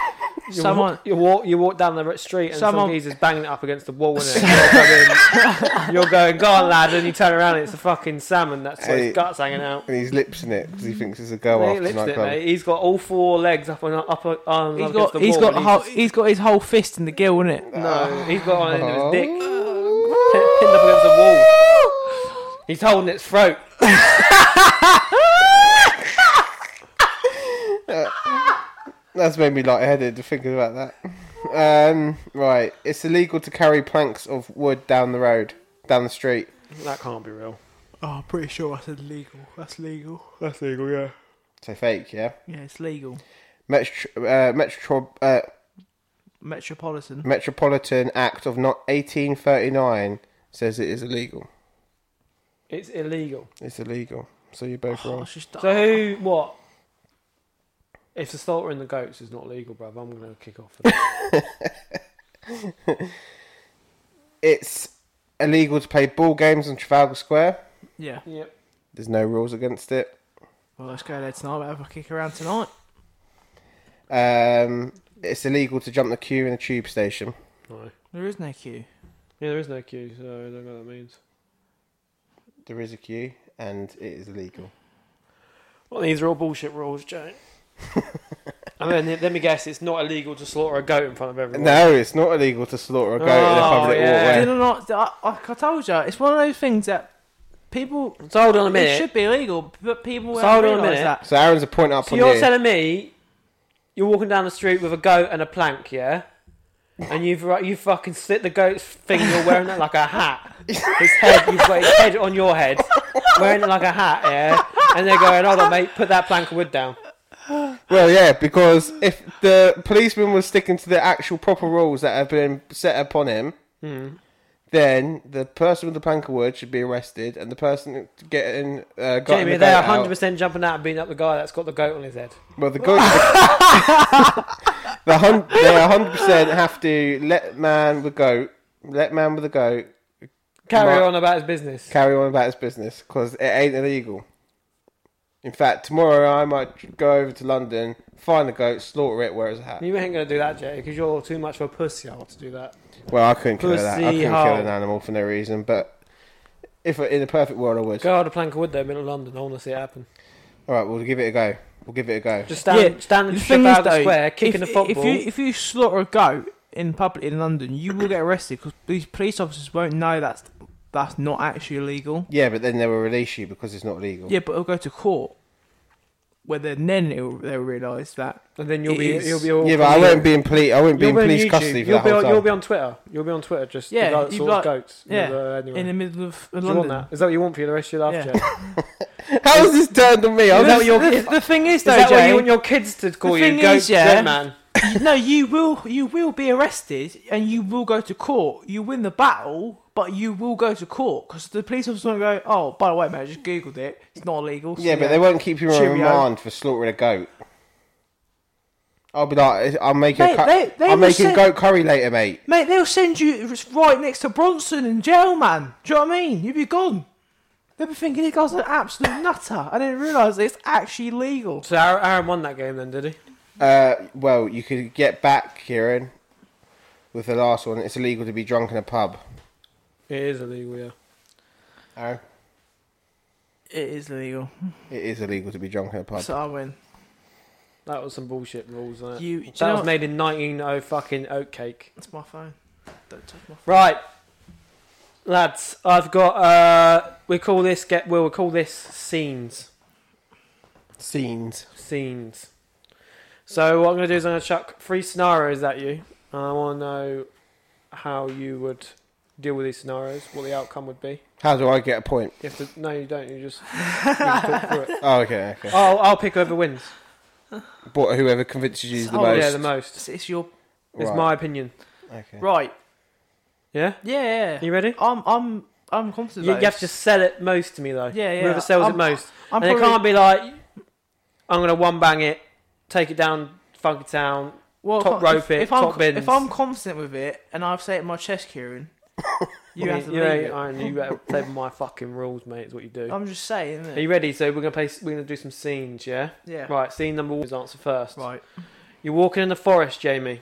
You Someone. walk, you walk, you walk down the street and some Someone- geezer's banging it up against the wall, isn't it? You're going, you're going, go on, lad, and you turn around and it's a fucking salmon. That's why Hey. his guts hanging out. and he's lips in it because he thinks it's a go He after lifts it, nightclub. mate. He's got all four legs up on up on arms He's up got, against the he's wall. got, the and whole, just- he's got his whole fist in the gill, innit? no, he's got on it in his dick Oh. pinned up against the wall. He's holding its throat. That's made me lightheaded thinking about that. Um, right, it's illegal to carry planks of wood down the road, down the street. That can't be real. Oh, I'm pretty sure that's illegal. That's legal. That's legal, yeah. So fake, yeah. Yeah, it's legal. Metro, uh, metro, uh, Metropolitan. Metropolitan Act of not 1839 says it is illegal. It's illegal. It's illegal. So you're both Oh, wrong. it's just So who? What? If the slaughter in the goats is not legal, bruv, I'm gonna kick off. For that. It's illegal to play ball games on Trafalgar Square. yeah. yep. There's no rules against it. Well, let's go there tonight. We'll have a kick around tonight. Um, it's illegal to jump the queue in a tube station. No. There is no queue. Yeah, there is no queue, so I don't know what that means. There is a queue, and it is illegal. Well, these are all bullshit rules, Jane. and then let me guess, it's not illegal to slaughter a goat in front of everyone. No, it's not illegal to slaughter a goat in a Oh, public yeah. walkway. Did I not? I, I, I told you, it's one of those things that people. So hold on a It minute. should be illegal, but people So hold haven't on a realise minute. that. So Aaron's a point up So on you're you. telling me you're walking down the street with a goat and a plank, yeah? And you've ru- you fucking slit the goat's finger, wearing it like a hat. His head, you've got his head on your head, wearing it like a hat, yeah. And they're going, "Hold on, mate, put that plank of wood down." Well, yeah, because if the policeman was sticking to the actual proper rules that have been set upon him, Hmm. then the person with the plank of wood should be arrested, and the person getting uh, got Jamie, the they're goat 100 out. percent jumping out and beating up the guy that's got the goat on his head. Well, the goat. the hun- they 100 percent have to let man with goat, let man with the goat Carry Right. on about his business. carry on about his business because it ain't illegal. In fact, tomorrow I might go over to London, find the goat, slaughter it, wear it as a hat. You ain't gonna do that, Jay, because you're too much of a pussy hole to do that. Well, I couldn't kill that. I Pussy couldn't hole. kill an animal for no reason, but if in a perfect world I would. Go out a plank of wood there, middle of London. I want to see it happen. All right, we'll give it a go. We'll give it a go. Just stand, stand in The thing is, Trafalgar though, Square, kicking if, the football. If you, if you slaughter a goat in public in London, you will get arrested because these police officers won't know that's that's not actually illegal. yeah, but then they will release you because it's not legal. Yeah, but it'll go to court, where then then it'll, they'll realise that. and then you'll It be, is. you'll be all. Yeah, but I won't be in police. I won't be in on police YouTube, custody for you'll that be whole on, time. You'll be on Twitter. You'll be on Twitter just Yeah, yeah, about you've sort like- of goats. yeah, With, uh, anyway. In the middle of Do you want London. that? Is that what you want for the rest of your life, Yeah. Jay? How has this turned on me? I'm Is that just- what your The, is the thing is, though, that what Jay, you want your kids to call The you? thing Goat, is, yeah, goat man. no, you will you will be arrested and you will go to court. You win the battle, but you will go to court because the police officers won't go. Oh, by the way, mate, I just googled it. It's not illegal. So yeah, but they won't keep you on Cheerio. remand for slaughtering a goat. I'll be like, I'm making, They- cu- they- they I'm were making sent- goat curry later, mate. Mate, they'll send you it's right next to Bronson in jail, man. Do you know what I mean? You'd be gone. They'll be thinking this guy's an absolute nutter. I didn't realise it's actually legal. So Aaron Aaron won that game then, did he? Uh, well, you could get back, Kieran, with the last one. It's illegal to be drunk in a pub. It is illegal, yeah. Aaron? It is legal. It is illegal to be drunk in a pub. So I win. That was some bullshit rules, wasn't it? You, do you that know was what? made in 190 fucking oatcake. It's my phone. Don't touch my phone. Right, lads, I've got. uh We call this get. Well, we call this scenes. Scenes. Scenes. So what I'm going to do is I'm going to chuck three scenarios at you, and I want to know how you would deal with these scenarios, what the outcome would be. How do I get a point? You have to. No, you don't. You just. You just talk through it. Oh, okay, okay. I'll, I'll pick whoever wins. But whoever convinces you is the Oh, most. Yeah, the most. It's, it's your It's Right, my opinion. Okay. right. Yeah. Yeah. You ready? I'm I'm I'm You, confident. you about have this. to sell it most to me though. Yeah, yeah. Whoever sells I'm- it most, I'm and probably, it can't be like I'm gonna one bang it, take it down, funk it down. well, top if I- rope if, it, if I'm top co- bins. If I'm confident with it and I've said it in my chest, Kieran, you have to you, leave ain't- it. I know, you better play by my fucking rules, mate. Is what you do. I'm just saying. Are That, you ready? So we're gonna play. We're gonna do some scenes, yeah. yeah. Right. Scene number one is answer first. Right. You're walking in the forest, Jamie,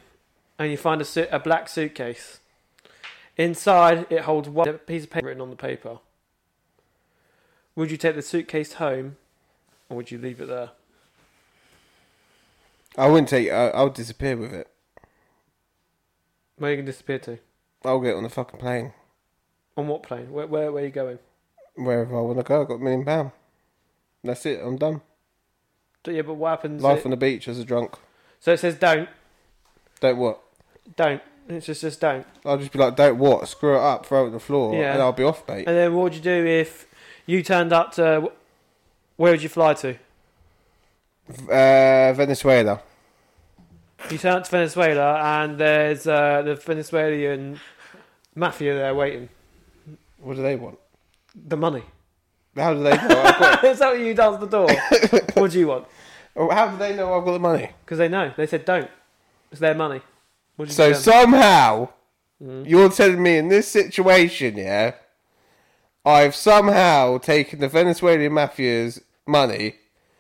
and you find a, suit, a black suitcase. Inside, it holds one piece of paper written on the paper. Would you take the suitcase home, or would you leave it there? I wouldn't take. I, I would disappear with it. Where are you gonna disappear to? I'll get on the fucking plane. On what plane? Where where, where are you going? wherever I want to go. I got a million pound. That's it. I'm done. But yeah, but what happens? Life on the beach as a drunk. so it says don't, Don't what? don't. It's just just don't. I'll just be like, don't what? Screw it up. Throw it on the floor, Yeah. and I'll be off, mate. And then what would you do if you turned up to? Where would you fly to? Uh, Venezuela. You turn up to Venezuela and there's uh, the Venezuelan mafia there waiting. What do they want? The money. How do they know? I've got, Is that what you dance the door? what do you want? Oh, how do they know I've got the money? Because they know. They said don't. It's their money. What do you So do then? somehow, Mm. you're telling me in this situation, yeah, I've somehow taken the Venezuelan mafia's money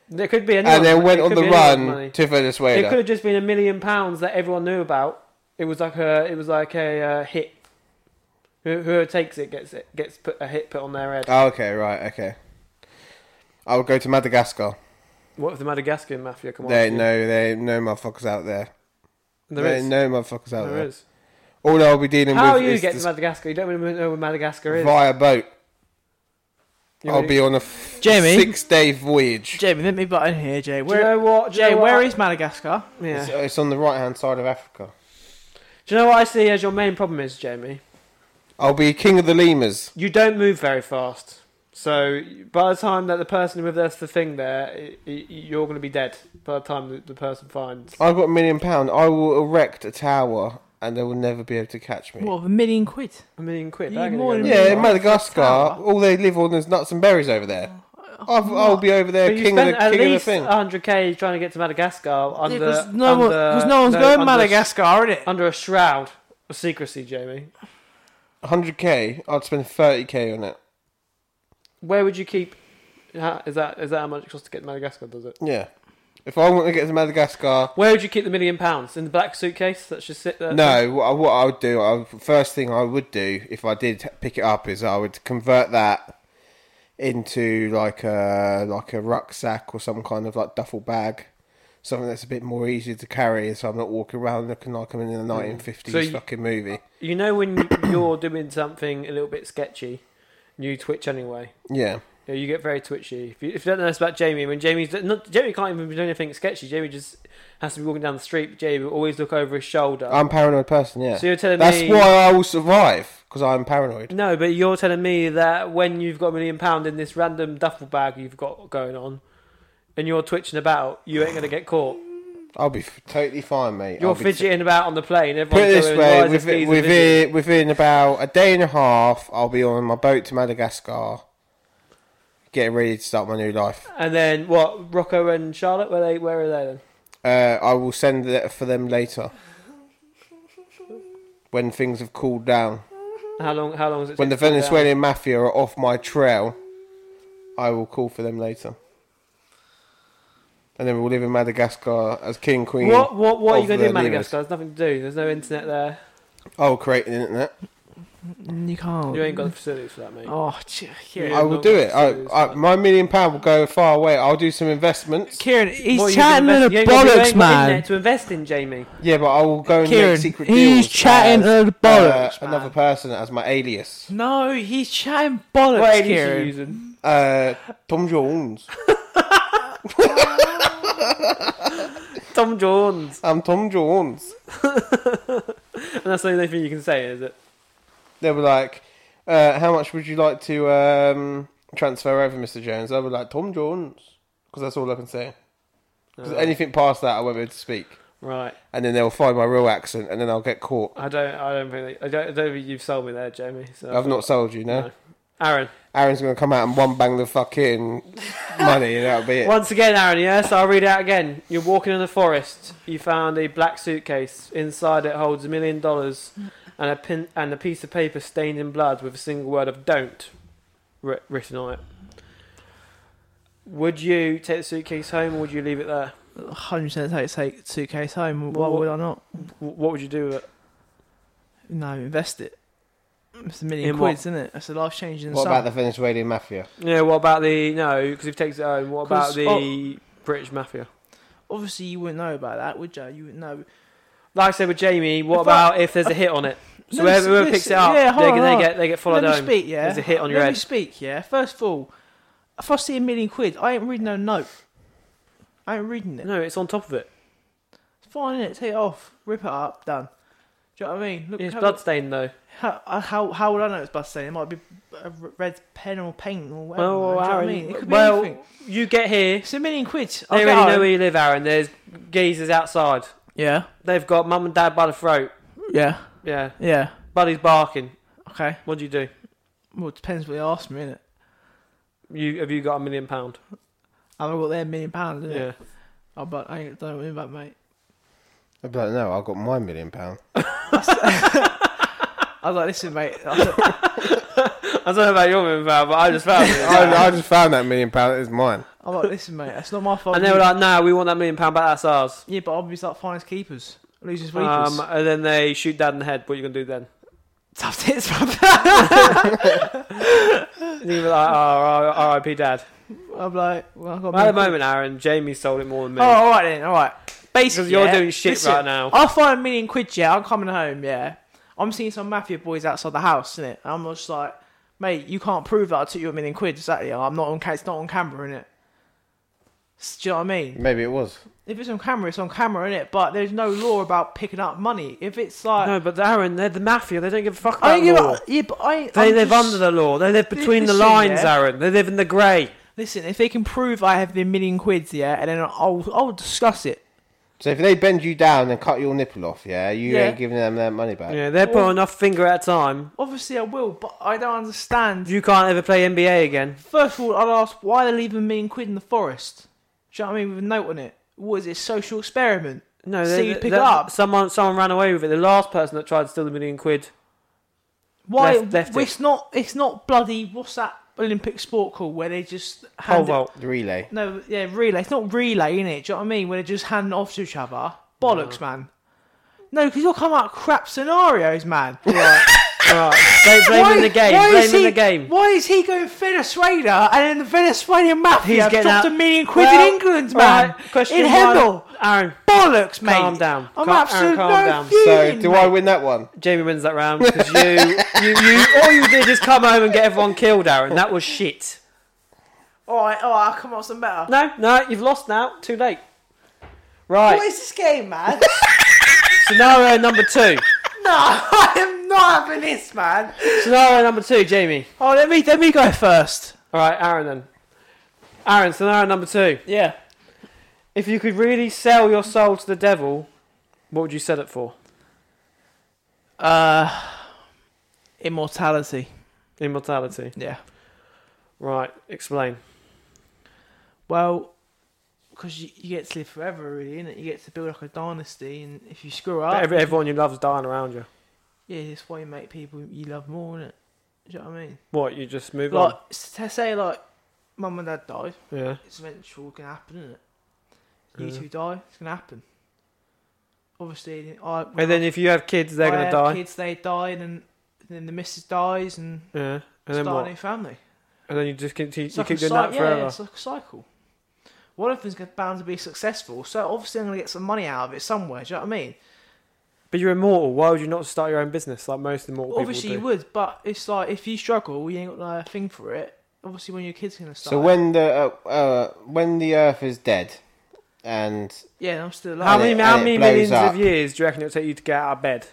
There could be anyone. and then went It on could the be anyone's run money. to It could Venezuela. have just been a million pounds that everyone knew about. It was like a. It was like a uh, hit. Who, whoever takes it gets it gets put a hit put on their head. Oh, okay, right, okay. I would go to Madagascar. What if the Madagascar mafia come on? There ain't no, there ain't no motherfuckers out there. There there is. ain't no motherfuckers out there there. is. All I'll be dealing How with you is get to this Madagascar? You don't even know where Madagascar is. via boat. You I'll know- be on a f- Jamie? six-day voyage. Jamie, let me butt in here, Jay. Do you Where, know what? Do you Jay, know where what? is Madagascar? Yeah. It's, it's on the right-hand side of Africa. Do you know what I see as your main problem is, Jamie? I'll be king of the lemurs. You don't move very fast. So by the time that the person with us the thing there, y- y- you're going to be dead. By the time that the person finds. I've got a million pound. I will erect a tower, and they will never be able to catch me. What, a million quid? A million quid. You that ain't need gonna more go than- nowhere. Yeah, in Right. Madagascar, Tower. all they live on is nuts and berries over there. I've, I'll be over there, Oh, But you king of spent the at king of the least uh, thing. 100k trying to get to Madagascar under Because no, one, under- 'cause no one's no, going under- Madagascar, is it? under a shroud of secrecy, Jamie. 100k, I'd spend 30k on it. Where would you keep? how- Is that is that how much it costs to get to Madagascar? Does it? Yeah. If I want to get to Madagascar, Where would you keep the million pounds in the black suitcase that should sit there? no, what I, what I would do, I, first thing I would do if I did pick it up is I would convert that into like a like a rucksack or some kind of like duffel bag, something that's a bit more easier to carry, so I'm not walking around looking like I'm in a 1950s So you- fucking movie. You know when you're doing something a little bit sketchy, you twitch anyway. Yeah, Yeah, you get very twitchy. If you, if you don't know this about Jamie, when Jamie's not Jamie can't even be doing anything sketchy. Jamie just has to be walking down the street. but Jamie will always look over his shoulder. I'm a paranoid person. Yeah, so you're telling that's me why I will survive because I'm paranoid. No, but you're telling me that when you've got a million pound in this random duffel bag you've got going on, and you're twitching about, you ain't gonna get caught. I'll be f- totally fine, mate. You're I'll be t- fidgeting about on the plane. Put it Everyone's this going, way, "Why is within, geezer fidgeting?" within, within about a day and a half, I'll be on my boat to Madagascar, getting ready to start my new life. And then what? Rocco and Charlotte, where they? Where are they then? Uh, I will send a letter for them later. When things have cooled down. How long? How long is it? When the take to cool down? Venezuelan mafia are off my trail, I will call for them later. And then we'll live in Madagascar as king, queen. What? What? What are you of gonna do in the Madagascar? There's nothing to do. There's no internet there. I will create an Oh, internet. Mm, You can't. You ain't got the facilities for that, mate. Oh, gee, Kieran. Yeah, I will no, do it. I, serious, I, my million pound will go far away. I'll do some investments. Kieran, he's What are you gonna chatting invest- a you ain't got- you bollocks, ain't got internet man. To invest in, Jamie. Yeah, but I will go and Kieran, make secret deals. he's chatting as, uh, a bollocks, man. another person as my alias. No, he's chatting bollocks, What alias are you Kieran. using? Uh, Tom Jones. Tom Jones. I'm Tom Jones. And that's the only thing you can say, is it? They were like, uh, "How much would you like to um, transfer over, Mr. Jones?" I was like, "Tom Jones," because that's all I can say. 'Cause Oh, anything past that, I won't be able to speak. right. And then they'll find my real accent, and then I'll get caught. I don't. I don't think. I don't. I don't think you've sold me there, Jamie. So I've not sold you, no. No. Aaron. Aaron's gonna come out and one bang the fucking money, and that'll be it. Once again, Aaron. Yes, I'll read it out again. You're walking in the forest. You found a black suitcase. Inside it holds a million dollars and a pin and a piece of paper stained in blood with a single word of "don't" wri- written on it. Would you take the suitcase home or would you leave it there? 100% take, take suitcase home. Why Well, what- would I not? W- What would you do with it? No, invest it. It's a million In what? quid, isn't it? That's a life changing What sum. about the Venezuelan mafia? Yeah. What about the no? Because if it takes it home, what about 'Cause- the British mafia? Obviously, you wouldn't know about that, would you? You wouldn't know. Like I said with Jamie, what If I- about if there's a hit on it? So Let me whoever, s- whoever let me picks s- it up, yeah, hold they, on, they hold on. get they get followed Let me home. speak, yeah. There's a hit on your Let head. me speak, yeah. First of all, if I see a million quid, I ain't reading no note. I ain't reading it. No, it's on top of it. It's fine, innit? Take it off, rip it up, done. Do you know what I mean? Look, It's how- bloodstained though. How, uh, how how would I know it's bloodstained? It might be a r- red pen or paint or whatever. Well, do you know what I Aaron, mean? It could be well, anything. you get here. It's a million quid. I'll They get already know home. where you live, Aaron. There's geezers outside. Yeah, They've got mum and dad by the throat. yeah, Yeah, yeah. buddy's barking. Okay. What do you do? Well, it depends what they ask me, innit? You have you got a million pound? I've got their million pounds, innit? Yeah. Oh, but I ain't don't worry about mate. I'd be like, no, I've got my million pound. I was like, listen, mate. I said, I don't know about your million pound, but I just found it. I, I just found that million pound. It's mine. I'm like, listen, mate. It's not my fault. And they were like, "Nah, we want that million pound back. That's ours." yeah, but I'll be like finance keepers, losers, weepers. Um, and then they shoot dad in the head. What are you gonna do then? Tough tits, bruv. And you were like, oh, "R.I.P. Dad." I'm like, well, I've got. Well, at the million moment, Aaron, Jamie sold it more than quid. me. Oh, all right then. All right. Basically, Because you're yeah, doing shit listen, right now. I'll find a million quid, yeah. I'm coming home, yeah. I'm seeing some mafia boys outside the house, innit? And I'm just like, mate, you can't prove that I took you a million quid, exactly. I'm not on, ca- it's not on camera, innit? S- Do you know what I mean? Maybe it was. If it's on camera, it's on camera, innit? But there's no law about picking up money. If it's like, No, but Aaron, they're the mafia. They don't give a fuck about I ain't give law. a, yeah, but I ain't- They I'm live just- under the law. They live between the Listen, lines, yeah. Aaron. They live in the grey. Listen, if they can prove I have the million quids, yeah, and then I'll I'll discuss it. So if they bend you down and cut your nipple off, yeah, you Yeah. ain't giving them their money back. Yeah, they're putting enough finger at a time. Obviously, I will, but I don't understand. You can't ever play NBA again. First of all, I'd ask why they're leaving a million quid in the forest. Do you know what I mean? With a note on it. What is it? Social experiment. No, So they- you they- pick that- it up. Someone, someone ran away with it. The last person that tried to steal the million quid. Why? Left- left it. it's not. It's not bloody. What's that Olympic sport called where they just Pole hand it- vault. The relay. No, yeah, relay. It's not relay, innit? Do you know what I mean? Where they just hand it off to each other. Bollocks, man. No, because you'll come out with crap scenarios, man. Alright, They blame in the game. why Blame is in he- the game. Why is he going Venezuela and then the Venezuelan mafia He's have getting dropped out- a million quid Well, in England, man? alright, question in one. Hemel. Aaron, Bollocks, mate. Calm down. I'm Cal- Aaron, absolutely calm no down. So fuming, do mate. I win that one? Jamie wins that round because you, you, you, all you did is come home and get everyone killed, Aaron. That was shit. All right, all right. I'll come up with some better. No, no, you've lost now. Too late. Right, What is this game, man? scenario number two. no, I am not having this, man. Scenario number two, Jamie. Oh, let me let me go first. All right, Aaron then. Aaron, scenario number two. Yeah. If you could really sell your soul to the devil, what would you sell it for? Uh, immortality. Immortality. Yeah. Right, explain. Well, because you, you get to live forever, really, innit? You get to build like a dynasty, and if you screw up, But every, everyone you love is dying around you. Yeah, it's why you make people you love more, innit? Do you know what I mean? What, you just move Like, s- to say, like, mum and dad die, on? Yeah. it's eventually gonna happen, innit? You Yeah. two die, it's gonna happen. Obviously, I. when And then I- if you have kids, they're I going to have die. Kids, they die, and then, and then the missus dies, and, Yeah. And then start what? a new family. And then you just continue, It's you like keep a doing cy- that yeah, forever. it's like a cycle. One of them's gonna- bound to be successful, so obviously I'm gonna get some money out of it somewhere. Do you know what I mean? But you're immortal. Why would you not start your own business like most immortal obviously you people do? would, but it's like if you struggle, you ain't got no thing for it. Obviously, when your kids gonna start. So when the uh, uh, when the Earth is dead, and Yeah, and I'm still How alive. And it- many, how and it many blows millions up. of years do you reckon it'll take you to get out of bed?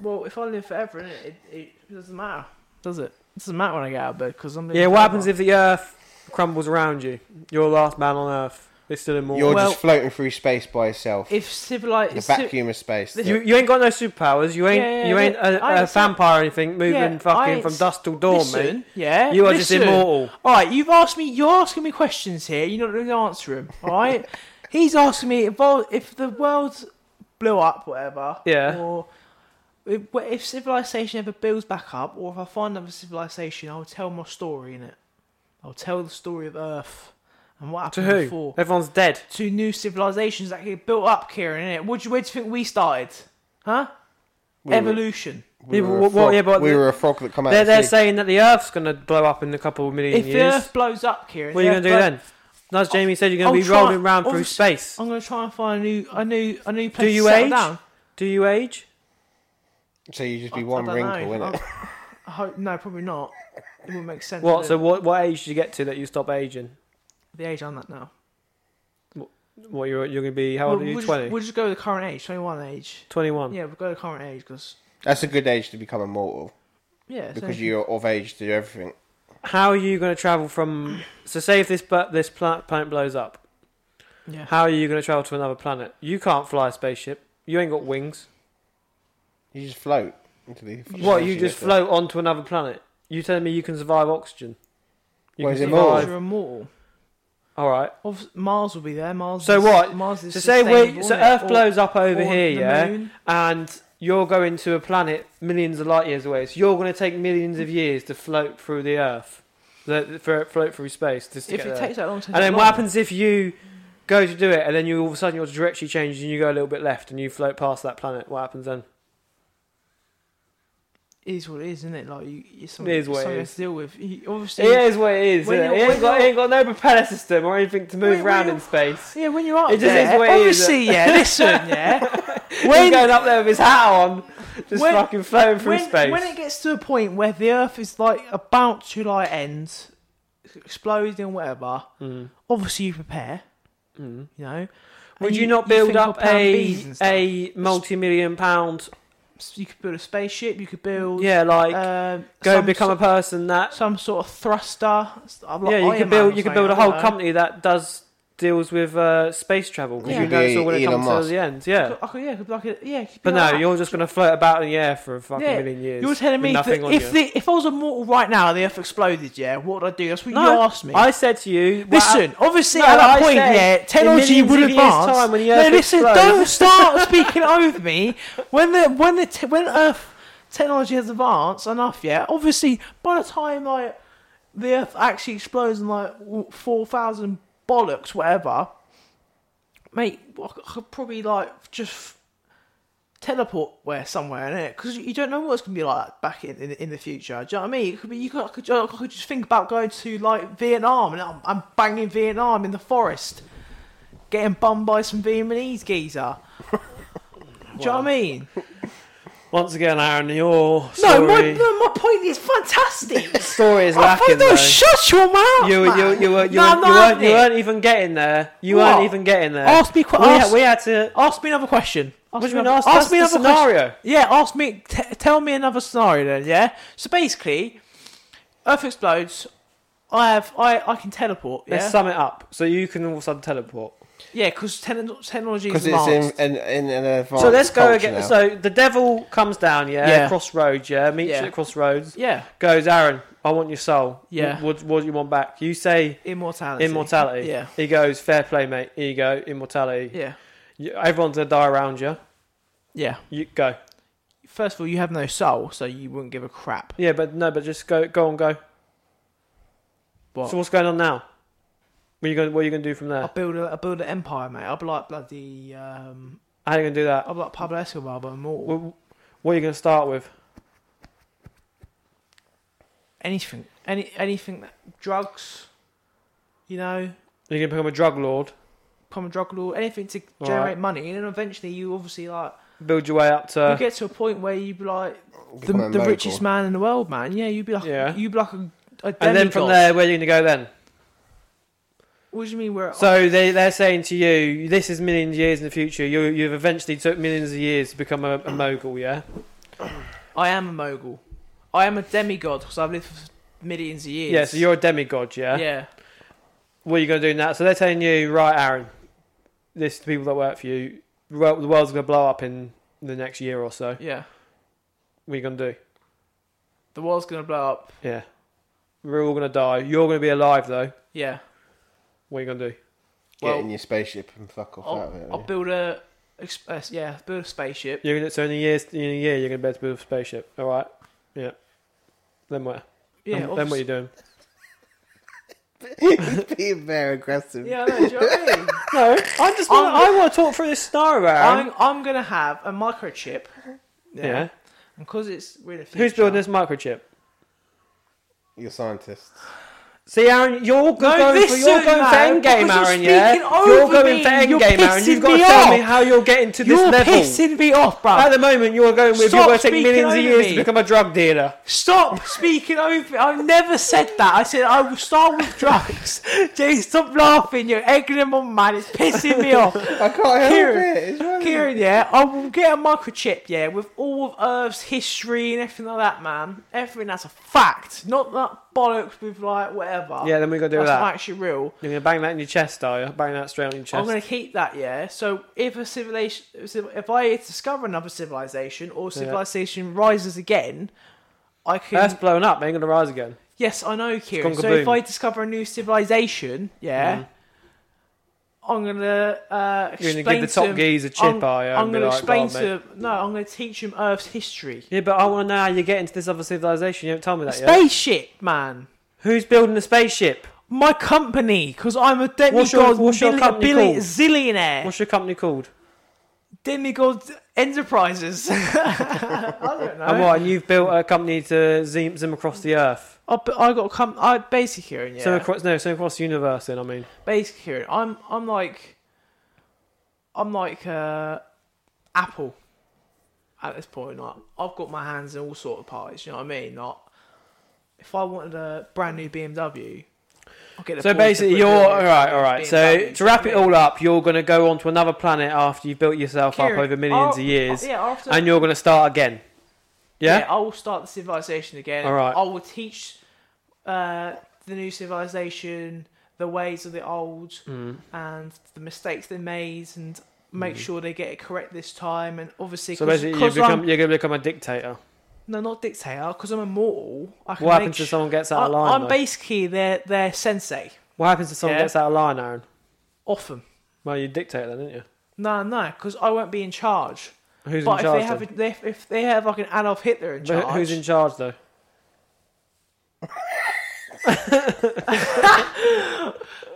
well, if I live forever, innit, it, it, it doesn't matter, does it? It doesn't matter when I get out of bed because I'm. Living Yeah, what forever. happens if the earth crumbles around you? You're the last man on earth. They're still you're immortal. Well- just floating through space by yourself, if civilized? the vacuum of space. this- you, you ain't got no superpowers. You ain't Yeah, yeah, you yeah. ain't I a, a ain't- vampire or anything moving Yeah, I fucking ain't from s- dusk till dawn, mate. Yeah, You are just listen. immortal. All right, you've asked me. You're asking me questions here. You're not going to answer them. All right. He's asking me if all- if the world blew up, whatever. Yeah. Or if, if civilization ever builds back up, or if I find another civilization, I'll tell my story in it. I'll tell the story of Earth and what To happened who? before. Everyone's dead. to new civilizations that get built up, Kieran. Innit? What do you, where do you think we started? Huh? We were- Evolution. We Yeah, were, well, a frog, yeah, but we the- were a frog that come out. They're, of the they're sea. saying that the earth's going to blow up in a couple of million If the years. Earth blows up, Kieran, What are you the going to do Earth then? And as Jamie said, you're going I'll to be try- rolling round through obviously- space. I'm gonna try and find a new, a new, a new place. you to settle age? Down. Do you age? So you just I- be I one don't wrinkle, know. in it? I, I hope no, probably not. It wouldn't make sense. What? would So it? what? What age do you get to that you stop aging? the age I'm at now? What you're you're going to be? How old are we'll, you? we'll Just, Twenty. we'll just go with the current age, 21 age. Twenty-one. Yeah, we'll go with the current age because That's a good age to become immortal yeah, so- because you're of age to do everything. How are you going to travel from? So say if this but this pla- planet blows up, yeah. how are you going to travel to another planet? You can't fly a spaceship. You ain't got wings. You just float. Into the What? You just float onto another planet? You telling me you can survive oxygen? You Well, can is it survive- more? You're immortal. All right. Obvi- Mars will be there. Mars. So is, what? Mars is So say we, sustainable, so isn't it? Earth Or- blows up over or here, the yeah, moon. and you're going to a planet millions of light years away. So you're going to take millions of years to float through the Earth, the, for, float through space. Just to If get it there. takes that long, to and then what happens if you go to do it, and then you all of a sudden your trajectory changes, and you go a little bit left, and you float past that planet? What happens then? It is what it is, isn't it? Like you, it's something, is what it something is. to deal with. You, It obviously, is what it is. when isn't it? you're- It ain't got, when it you're- ain't got no propeller system or anything to move When- when around in you're- space. Yeah, when you're up It just there, is what it is. obviously, yeah. Listen, yeah. He's when going up there with his hat on, just When- fucking floating through when, space. when it gets to a point where the Earth is like about to like end, exploding or whatever, Mm. obviously you prepare. You know, Would And you, not build think of up plan a Bs and stuff. a multi-million pound? You could build a spaceship. You could build Yeah, like um, go some become so- a person that. some sort of thruster. I'm like Yeah, you could Iron Man build. or You could something, build a I don't whole know. company that does deals with uh, space travel because Yeah. you know it's all going to Elon come to Musk. the end. Yeah, I could, yeah, could be like a, yeah. could be but like no, that. you're just going to float about in the air for a fucking Yeah, million years. You're telling with me that nothing on if you. the, if I was immortal right now, and the Earth exploded. Yeah, what would I do? That's what you No, asked me. I said to you, well, Listen, obviously No, at that I point, said yeah, in technology millions would of years' advance. time when the no, Earth listen, explodes. don't start speaking over me. When the when the te- when Earth technology has advanced enough, yeah, obviously by the time like the Earth actually explodes in like four thousand bollocks, whatever, mate, I could- I could probably like just teleport where somewhere in it because you don't know what it's gonna be like back in, in in the future. Do you know what I mean? It could be you could, I could, I could just think about going to like Vietnam and I'm, I'm banging Vietnam in the forest, getting bummed by some Vietnamese geezer. Do you know what I mean? once again, Aaron, your No, story my, no, my point is fantastic. story is I lacking. fucking though. don't shut your mouth. You, were- you, man. you, were, you, No, I'm weren't, you, weren't, not you having it. weren't even getting there. You What? weren't even getting there. Ask me que- we, ask- had, we had to. Ask me another question. Ask What do you mean? another- Ask, ask me another scenario. question. Yeah, ask me. T- tell me another scenario then. Yeah. So basically, Earth explodes. I have. I. I can teleport. Yeah. Let's sum it up. So you can all of a sudden teleport. yeah. Because technology is because it's in, advanced. in, in an advanced So let's go culture again. now. So the devil comes down, yeah, Yeah. crossroads, yeah, meets Yeah. you at crossroads. Yeah. Goes, Aaron, I want your soul. Yeah. What, what do you want back? You say Immortality. immortality. Yeah. He goes, fair play, mate. Here you go, immortality. Yeah. You- everyone's gonna die around you. Yeah. You go. First of all, you have no soul, so you wouldn't give a crap. Yeah, but no, but just go, go on, go. What? So what's going on now? What are you going? What are you going to do from I there? build a. I build an empire, mate. I'll be like bloody. Um. How are you going to do that? I'll be like Pablo Escobar, but immortal. Wh- What are you going to start with? Anything. Any. Anything. That, drugs. You know. Are you going to become a drug lord? become a drug lord, anything to Right. generate money, and then eventually you obviously like Build your way up to. you get to a point where you be like the, Become a the mogul. richest man in the world, man. Yeah, you'd be like Yeah. you'd be like a, a and then from demigod. there, where are you going to go then? what do you mean? Where So they they're saying to you, this is millions of years in the future. You you've eventually took millions of years to become a, a mogul, yeah. I am a mogul, I am a demigod because I've lived for millions of years. Yeah. So you're a demigod, yeah. yeah. What are you going to do now? So they're telling you, right, Aaron, this is the people that work for you. Well, the world's going to blow up in the next year or so. Yeah, What are you going to do? the world's gonna blow up. Yeah. We're all going to die. You're going to be alive though. Yeah, What are you going to do? get well, in your spaceship and fuck off out of I'll, it. I'll build a exp- uh, yeah build a spaceship. You're gonna, so in a year, in a year, you're gonna be able to build a spaceship. All right. Yeah. Then what? Yeah, Then, then what are you doing? He's being very aggressive. yeah, I know, do you know what I mean? No, I'm just. wanna- I want to talk through this scenario. I'm I'm gonna have a microchip. yeah. because it's we're in the future, Who's building this microchip? Your scientists. See, Aaron, you're going, for, this you're suit, going for man, Endgame, because you're Aaron, yeah? speaking over You're going me. for You're Endgame, Aaron. You've pissing got to me tell off. me how you're getting to this You're level. pissing me off, At bro. the moment, you're going with, Stop you're going to take speaking millions of over years me. to become a drug dealer. Stop speaking over me. I never said that. I said I will start with drugs. James, stop laughing. You're egging him on, man. It's pissing me off. I can't help Kieran, it. It's really- Kieran, yeah, I will get a microchip, yeah, with all of Earth's history and everything like that, man. Everything that's a fact, not that bollocks with like whatever. Yeah, then we got to do that's that. not actually real. You're going to bang that in your chest, are you? Bang that straight on your chest. I'm gonna keep that, yeah. So if a civilization, if I discover another civilization or civilization rises again, I can. Earth's blown up, ain't going to rise again. yes, I know, Kieran. gone So if kaboom. I discover a new civilization, yeah. I'm gonna uh, Mm. You're gonna give explain the top to 'em- geese a chip, I'm, are you? I'm And be gonna like, "Go explain on, to mate." them. No, I'm gonna teach them Earth's history. Yeah, but oh, I want to know how you get into this other civilization. You haven't told me that yet. spaceship, man. Who's building the spaceship? My company, because I'm a demigod, What's your- what's your billi- company billi- called? zillionaire. What's your company called? demigod Enterprises. I don't know. And what? And you've built a company to zoom, zoom across the earth. I, but I got a com- I basic hearing, yeah. Zoom across, no, zoom across the universe. Then I mean, basic hearing. I'm I'm like I'm like uh, Apple at this point. Like I've got my hands in all sort of pies. You know what I mean? Like if I wanted a brand new BMW, I'll get. the so boys to basically, put you're it in all there. right, all right. So BMW, to wrap you it know what I all mean? up, you're going to go onto another planet after you've built yourself Kieran, up over millions I'll- of years, yeah, after- and you're going to start again. Yeah. I will start the civilization again. All right. I will teach uh, the new civilization the ways of the old Mm. and the mistakes they made and make sure they get it correct this time. And obviously, So 'cause- basically, you 'cause um, become, I'm- you're going to become a dictator. no, not dictator, because I'm immortal. I can What make happens if sh- someone gets out of I- line? I'm though? basically their their sensei. What happens if someone Yeah. gets out of line, Aaron? Off them. Well, you dictate then, didn't you? No, no, because I won't be in charge. Who's in but if charge? they have then? a, if, if they have like an Adolf Hitler in But charge, who- who's in charge though?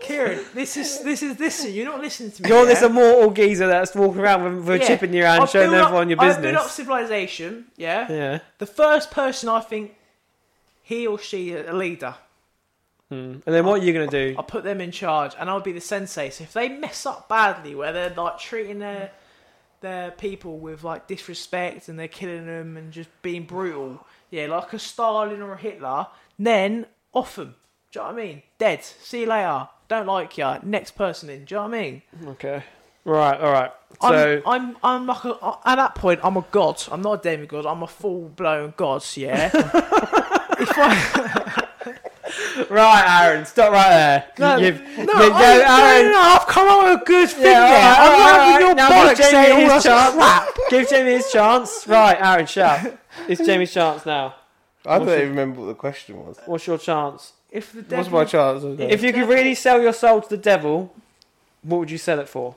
Kieran, this is this is this. You're not listening to me. You're yeah? this immortal geezer that's walking around with, with a Yeah. chip in your hand, I've showing built up- everyone your I've built up business. civilization. Yeah? Yeah. The first person I think he or she a leader. Hmm. And then what are you going to do? I put them in charge, and I'll be the sensei. So if they mess up badly, where they're like treating their their people with like disrespect and they're killing them and just being brutal, yeah, like a Stalin or a Hitler, then off them. Do you know what I mean? Dead. See you later. Don't like ya. Next person in. Do you know what I mean? Okay. Right, all right. I'm, So, I'm, I'm like a, at that point, I'm a god. I'm not a demigod. I'm a full blown god. Yeah. if I, right, Aaron, stop right there. no, You've- no, you- no, no, no, I've come up with a good thing all there. right, I'm all not right, having your now give bollocks Jamie saying all his that chance. crap. Give Jamie his chance. Right, Aaron, shout. It's Jamie's chance now. I don't What's even remember what the question was. What's your chance? If the What's devil, my chance? of that? If you could really sell your soul to the devil, what would you sell it for?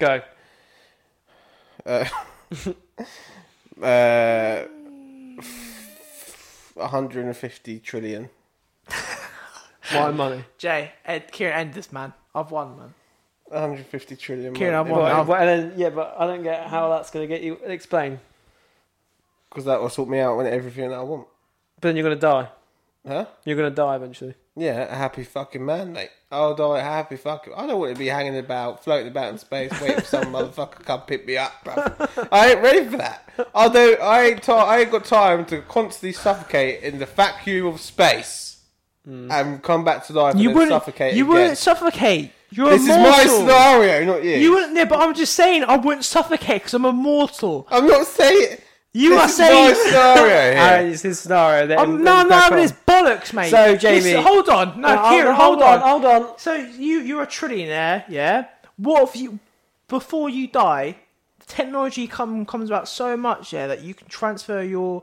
Go. Uh, 150 trillion. My money. Jay, Ed, Kieran, end this man. I've won, man. 150 trillion. Kieran, I want Right, Well, well, and then, yeah, but I don't get how that's going to get you. Explain. Because that will sort me out when everything I want. But then you're going to die. Huh? You're going to die eventually. Yeah, a happy fucking man, mate. I'll die a happy fucking. I don't want to be hanging about, floating about in space, waiting for some motherfucker to come pick me up, bruv. I ain't ready for that. I don't. I ain't. T- I ain't got time to constantly suffocate in the vacuum of space and come back to life Hmm. You and then wouldn't. suffocate You again. wouldn't suffocate. You're this is my immortal. scenario, not you. You wouldn't. Yeah, but I'm just saying I wouldn't suffocate because I'm immortal. I'm not saying. You this are is saying. my scenario here. Aaron, it's his scenario. Let I'm, him- no, let I'm him not crack having on. this bollocks, mate. So, Jamie- Listen, hold on. No, No, Kieran, hold, on. Hold on. So you you're a trillionaire, yeah. What if you before you die, the technology come comes about so much, yeah, that you can transfer your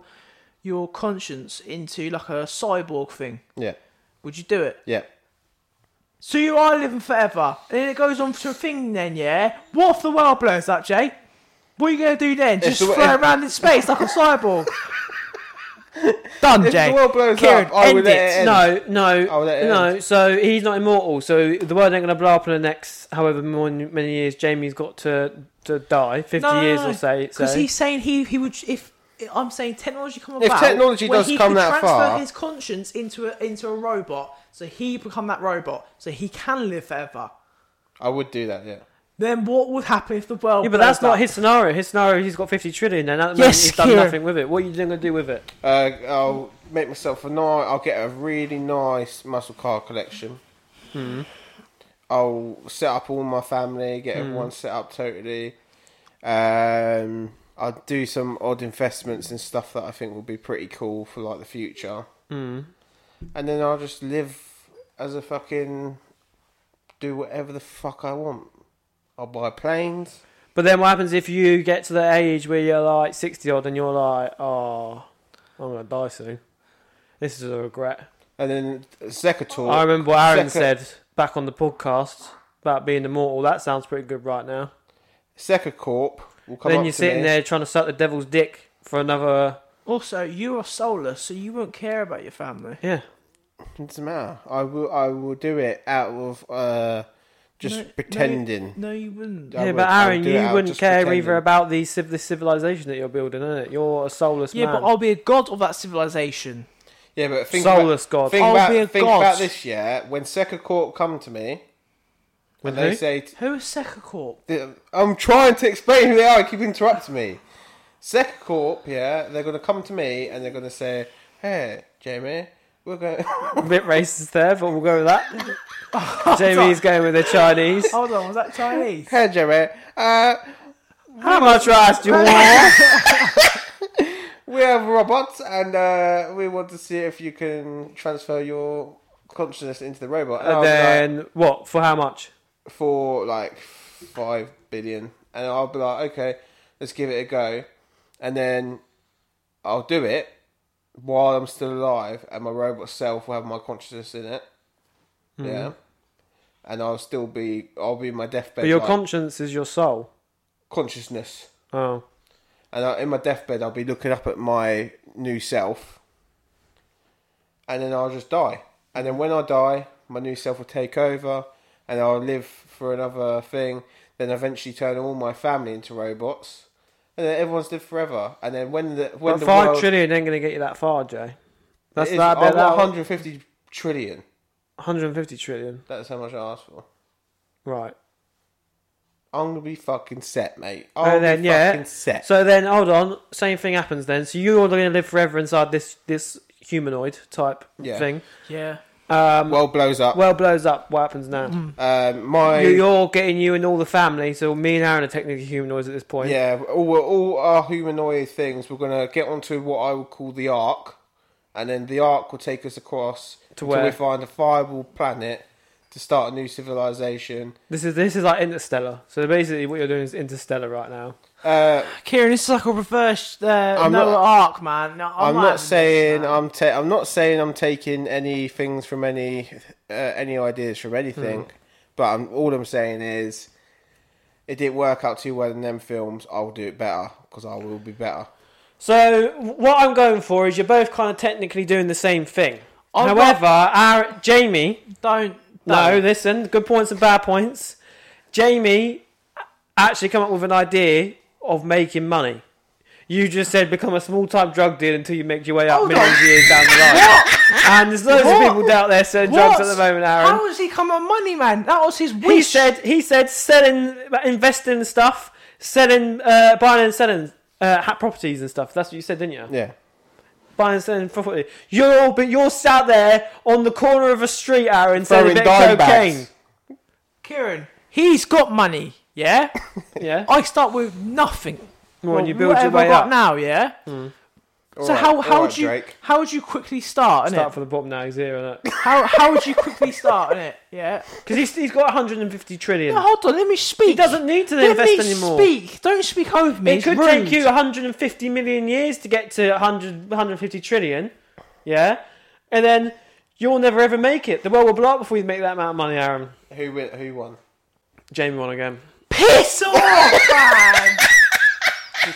your conscience into like a cyborg thing. Yeah. Would you do it? Yeah. So you are living forever, and then it goes on to a thing. Then yeah, what if the world blows up, Jay? What are you gonna do then? Just the wo- float around in space like a cyborg? Done, If Jay. the world blows Kieran, up, I end will let it it. end. No, no, I'll let it no. So he's not immortal. So the world ain't gonna blow up in the next however mon- many years. Jamie's got to to die, fifty years or say. Because say. he's saying he he would if I'm saying technology come If about. technology where does he come could that transfer far- his conscience into a into a robot, so he become that robot, so he can live forever. I would do that, yeah. Then what would happen if the world? Yeah, but that's blows not up? his scenario. His scenario, he's got 50 trillion, and at the moment Yes, he's done Kieran. nothing with it. What are you going to do with it? Uh, I'll make myself a nice. I'll get a really nice muscle car collection. Hmm. I'll set up all my family, get Hmm. everyone set up totally. Um, I'll do some odd investments and stuff that I think will be pretty cool for like the future. Hmm. And then I'll just live as a fucking do whatever the fuck I want. I'll buy planes. But then what happens if you get to the age where you're like 60 odd and you're like, oh, I'm going to die soon? This is a regret. And then Zekator. I remember what Aaron Second- said back on the podcast about being immortal. That sounds pretty good right now. Sekacorp will come then up you're to sitting me. there trying to suck the devil's dick for another. Also, you are soulless, so you won't care about your family. Yeah. It doesn't matter. I will. I will do it out of uh, just No- no, pretending. No, you wouldn't. I yeah, would- but I would Aaron, do it out you of wouldn't just care pretending. either about the civ- this civilization that you're building, is it? You're a soulless Yeah, man. but I'll be a god of that civilization. Yeah, but think Soulless about, god. Think, I'll about, be a think god. about this. Yeah, when Sekacorp come to me, when With they who? say, t- Who is Sekacorp? th- "I'm trying to explain who they are," keep interrupting me. Sekacorp, yeah, they're gonna come to me and they're gonna say, "Hey, Jamie, we're going." a bit racist there, but we'll go with that. Jamie's going with the Chinese. Hold on, was that Chinese? hey, Jamie, uh, How much rice do you want? we have robots and uh, we want to see if you can transfer your consciousness into the robot." And I and was like, then what? For how much? for like five billion, and I'll be like, okay, let's give it a go, and then I'll do it while I'm still alive, and my robot self will have my consciousness in it, Mm-hmm. yeah, and I'll still be, I'll be in my deathbed. But your like, conscience is your soul. consciousness, Oh. and I, in my deathbed, I'll be looking up at my new self, and then I'll just die, and then when I die, my new self will take over, and I'll live for another thing, then eventually turn all my family into robots, and then everyone's lived forever, and then when the when But the five world trillion ain't going to get you that far, Jay. That's it is- Oh, that, I that, want that 150 trillion. 150 trillion. That's how much I asked for. Right. I'm gonna be fucking set, mate. I'm and Oh, then be yeah. Oh, fucking set. So then hold on, same thing happens then. So you're going to live forever inside this this humanoid type Yeah. thing. Yeah. Um, well, World blows up. blows up. What happens now? um, my You- You're getting you and all the family. So me and Aaron are technically humanoids at this point. Yeah, all, all our humanoid things, we're going to get onto what I would call the arc, and then the arc will take us across To until where? we find a viable planet to start a new civilization. This is this is like Interstellar. So basically, what you're doing is Interstellar right now. Uh, Kieran, this is like a reverse uh, I'm Noah not- Ark, man. No, I'm, I'm having not this, saying man. I'm ta- I'm not saying I'm taking any things from any uh, any ideas from anything, but I'm, all I'm saying is it didn't work out too well in them films. I'll do it better because I will be better. So what I'm going for is you're both kind of technically doing the same thing. I'm However, our Jamie, Don't. no, don't. listen, good points and bad points. Jamie actually come up with an idea of making money. You just said become a small-time drug dealer until you make your way up Hold millions on. of years down the line. And there's loads What? of people out there selling drugs at the moment, Aaron. How has he come on money, man? That was his wish. He said he said selling, investing in stuff, selling, uh, buying and selling uh, ha- properties and stuff. That's what you said, didn't you? Yeah. Buying and selling property. You're all, but you're sat there on the corner of a street, Aaron, selling a bit Throwing dime of cocaine. bags. Kieran, he's got money, yeah? Yeah. I start with nothing. Well, Well, you build your whatever way I got up. Hmm. now, yeah? All So right, how, all how right, would you Drake. how would you quickly start, innit? Start from the bottom now. He's here, isn't it? How how would you quickly start it? Yeah. Because he's, he's got 150 trillion. No, hold on. Let me speak. he doesn't need to Let invest me anymore. speak. Don't speak over me. It it's could rude. take you 150 million years to get to 100, 150 trillion. Yeah. And then you'll never ever make it. The world will blow up before you make that amount of money, Aaron. Who win? Who won? Jamie won again. Piss off, man.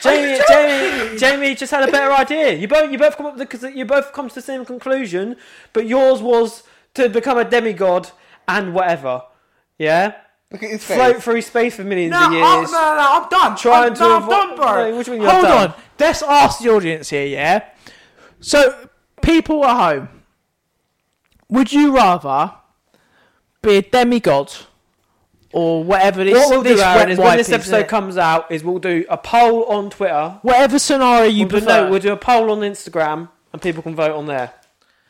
Jamie, Jamie, Jamie just had a better idea. You both, you both come up because you both come to the same conclusion, but yours was to become a demigod and whatever. Yeah, Look at his face. float through space for millions No, of I'm, years. no, no, I'm done. Trying I'm, to no, I'm avo- done, bro. No, what do you mean you're Hold done? on. Let's ask the audience here, yeah? So, people at home, would you rather be a demigod or whatever this, what we'll this do, Aaron, wet is wipe when this is, episode innit? comes out, is we'll do a poll on Twitter. Whatever scenario you We'll do, prefer. no, we'll do a poll on Instagram, and people can vote on there.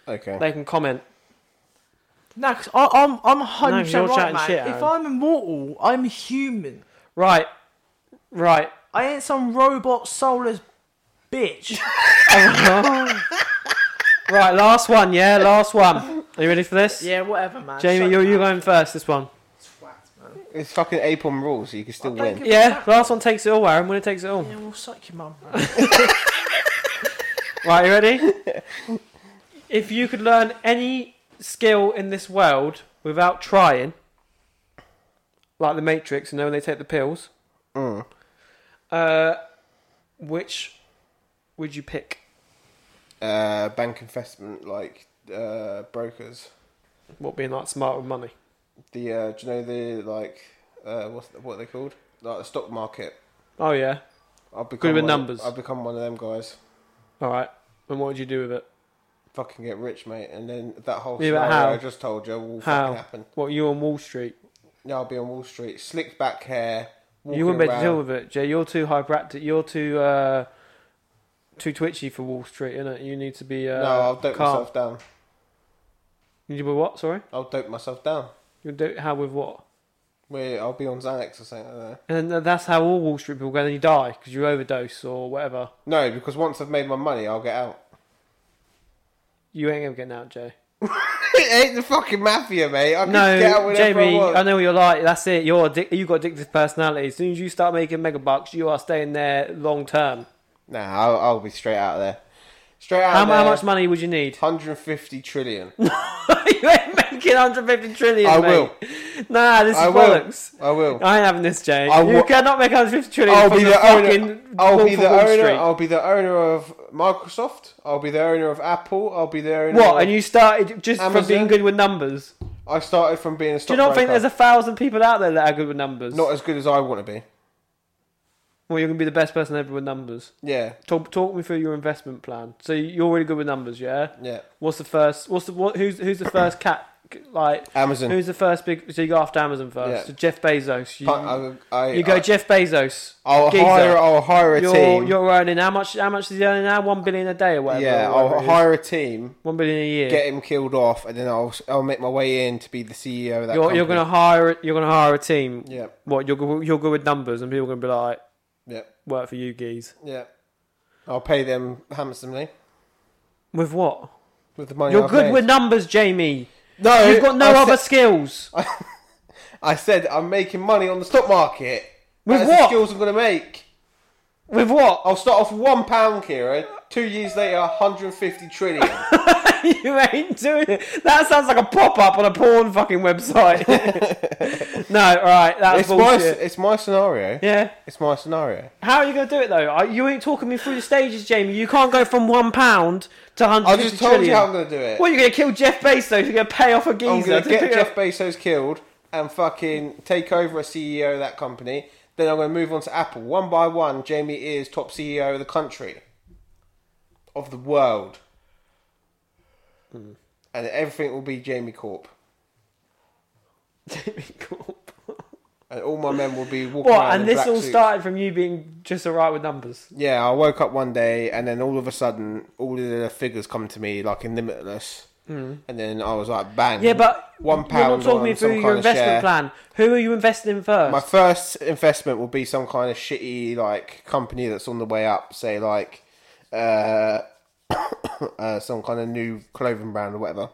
Okay. They can comment. No, 'cause I, I'm I'm hundred No, you're percent right, chatting man. shit, if Aaron. I'm immortal, I'm human. Right, right. I ain't some robot soulless bitch. Right, last one, yeah, last one. Are you ready for this? yeah, whatever, man. Jamie, Shut you're, you're up. going first this one. It's fucking APOM rules, so you can still I don't win. give a Yeah, fuck. last one takes it all, Aaron. Winner takes it all. Yeah, well, suck your mum. Right, you ready? if you could learn any skill in this world without trying, like the Matrix, you know, when they take the pills, Mm. uh, which would you pick? Uh, bank investment, like uh, brokers. What being like smart with money? The uh, do you know the like uh, what's what are they called? Like the stock market. Oh yeah. I've become with one of- numbers. I've become one of them guys. All right. And what would you do with it? Fucking get rich, mate, and then that whole Yeah, but scenario how? I just told you will How? fucking happen. What you on Wall Street? Now I'll be on Wall Street, slick back hair. you wouldn't be able to walking deal around. with it, Jay. You're too hyperactive. You're too uh, too twitchy for Wall Street, innit? You need to be uh, No, I'll dope calm. myself down. You need to be what? Sorry. I'll dope myself down. You do how with what? Wait, I'll be on Xanax or something. Like that. And th- that's how all Wall Street people go. Then you die because you overdose or whatever. No, because once I've made my money, I'll get out. You ain't ever getting out, Jay. it ain't the fucking mafia, mate. I can get out No, whenever Jamie, I want. I know what you're like. That's it. You're addic- you've got addictive personality. As soon as you start making mega bucks, you are staying there long term. Nah, I'll, I'll be straight out of there. Straight out How, of there. how much money would you need? 150 trillion. you ain't making 150 trillion. I mate. will. Nah, this is I will. bollocks. I will. I ain't having this, Jay. I you wa- cannot make 150 trillion I'll from be the, the owner. fucking I'll Wolf be of the Wall owner. Street. I'll be the owner of Microsoft. I'll be the owner of Apple. I'll be the owner. What? Of, And you started just from Amazon? being good with numbers. I started from being a Do you not stockbroker. think there's a thousand people out there that are good with numbers? not as good as I want to be? Well, you're gonna be the best person ever with numbers. Yeah, Talk, talk me through your investment plan. So you're really good with numbers, yeah. yeah. What's the first? What's the what? Who's who's the first cat? Like Amazon. who's the first big? So you go after Amazon first. Yeah. So Jeff Bezos. You, I, I, you go I, Jeff Bezos. uh, I'll Geezer. hire. I'll hire a You're, team. you're earning how much? How much is he earning now? One billion a day or whatever. yeah, or whatever I'll it is. hire a team. one billion a year. Get him killed off, and then I'll I'll make my way in to be the CEO of that. you're, you're gonna company. hire you're gonna hire a team. Yeah, What you're go- you're good with numbers, and people are gonna be like, yeah, work for you, geese. yeah. I'll pay them handsomely With what? with the money. You're I've good made. with numbers, Jamie. No, You've got no I other Said, skills. I said I'm making money on the stock market. With That's what? the skills I'm gonna make. With what? I'll start off with one pound, Kira. Two years later, 150 trillion. you ain't doing it. That sounds like a pop up on a porn fucking website. no, all right, that's it's my bullshit. it's my scenario. Yeah. It's my scenario. How are you going to do it though? I- You ain't talking me through the stages, Jamie. You can't go from one pound to hundred. I just told you how I'm gonna do it. What are you going to kill Jeff Bezos? You're going to pay off a geezer I'm gonna to get pick Jeff up- Bezos killed and fucking take over as CEO of that company. Then I'm gonna move on to Apple one by one. Jamie is top CEO of the country, of the world, Hmm. and everything will be Jamie Corp. Jamie Corp. And all my men will be walking What? around in And this black all suits. started from you being just alright with numbers. Yeah, I woke up one day and then all of a sudden, all of the figures come to me like in limitless, mm. and then I was like, bang. Hmm. Yeah, but one pound. You're not talking on me some through kind your of investment share. plan. Who are you investing in first? My first investment will be some kind of shitty like company that's on the way up, say like uh, uh, some kind of new clothing brand or whatever.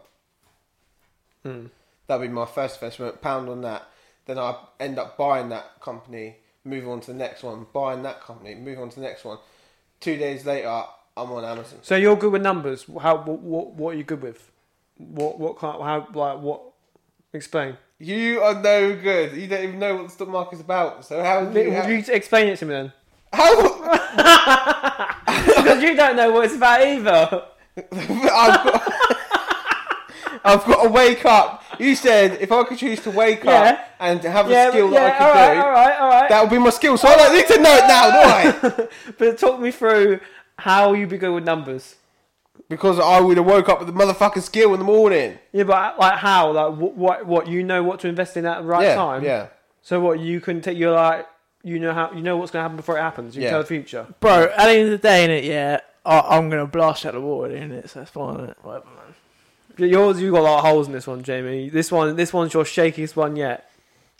Hmm. That'll be my first investment. Pound on that, then I end up buying that company, move on to the next one, buying that company, move on to the next one. Two days later, I'm on Amazon. so you're good with numbers. How? What? What, what are you good with? What? What kind? How? Like what? Explain. You are no good. You don't even know what the stock market's about. So how do you? Would How, you explain it to me then? how Because you don't know what it's about either. I've got, I've got to wake up You said if I could choose to wake Yeah. up and have yeah, a skill yeah, that I could all right, do, all right, all right. that would be my skill. So I don't need to know it now, do I? But talk me through how you be good with numbers. because I would have woke up with the motherfucking skill in the morning. Yeah, but like how? Like what? What? what you know what to invest in at the right yeah, time. yeah. So what? You can take. You're like. You know how. You know what's going to happen before it happens. You Yeah. can tell the future. Bro, at the end of the day, innit, yeah, I, I'm going to blast out the water, innit, so that's fine, innit? Whatever, man. Yeah, Yours, you got a lot of holes in this one, Jamie. This one, this one's your shakiest one yet.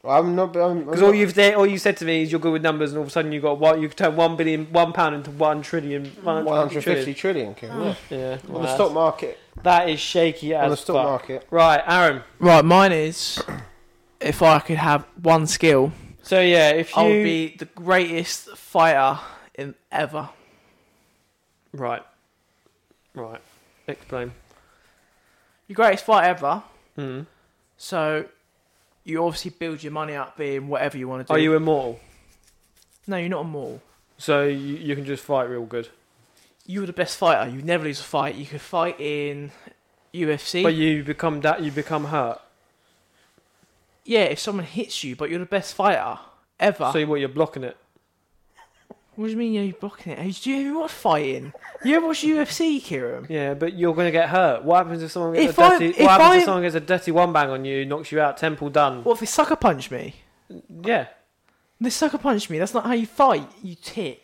I'm not. I'm, I'm Because all not- you've said, all you said to me is you're good with numbers, and all of a sudden you got what you could turn one billion, one pound into one trillion, one hundred 150 fifty. trillion, Kevin. yeah. Yeah, On Oh, that's- the stock market. that is shaky as On the stock fuck. market. Right, Aaron. Right, mine is if I could have one skill, So yeah, if you I would be the greatest fighter in ever. right, right, explain. The greatest fighter ever, Hmm. so you obviously build your money up being whatever you want to do. Are you immortal? No, you're not a mole. So you, you can just fight real good, You were the best fighter. You never lose a fight. You could fight in UFC. but you become that you become hurt. yeah, if someone hits you, but you're the best fighter ever. So what? You're blocking it. What do you mean you're blocking it? Do you ever watch fighting? You ever watch UFC, Kieran? Yeah, but you're going to get hurt. What happens if someone gets If a I- dirty? if what happens I- if someone gets a dirty one bang on you, knocks you out, temple done? What if they sucker punch me? Yeah, They sucker punch me. That's not how you fight. You tit.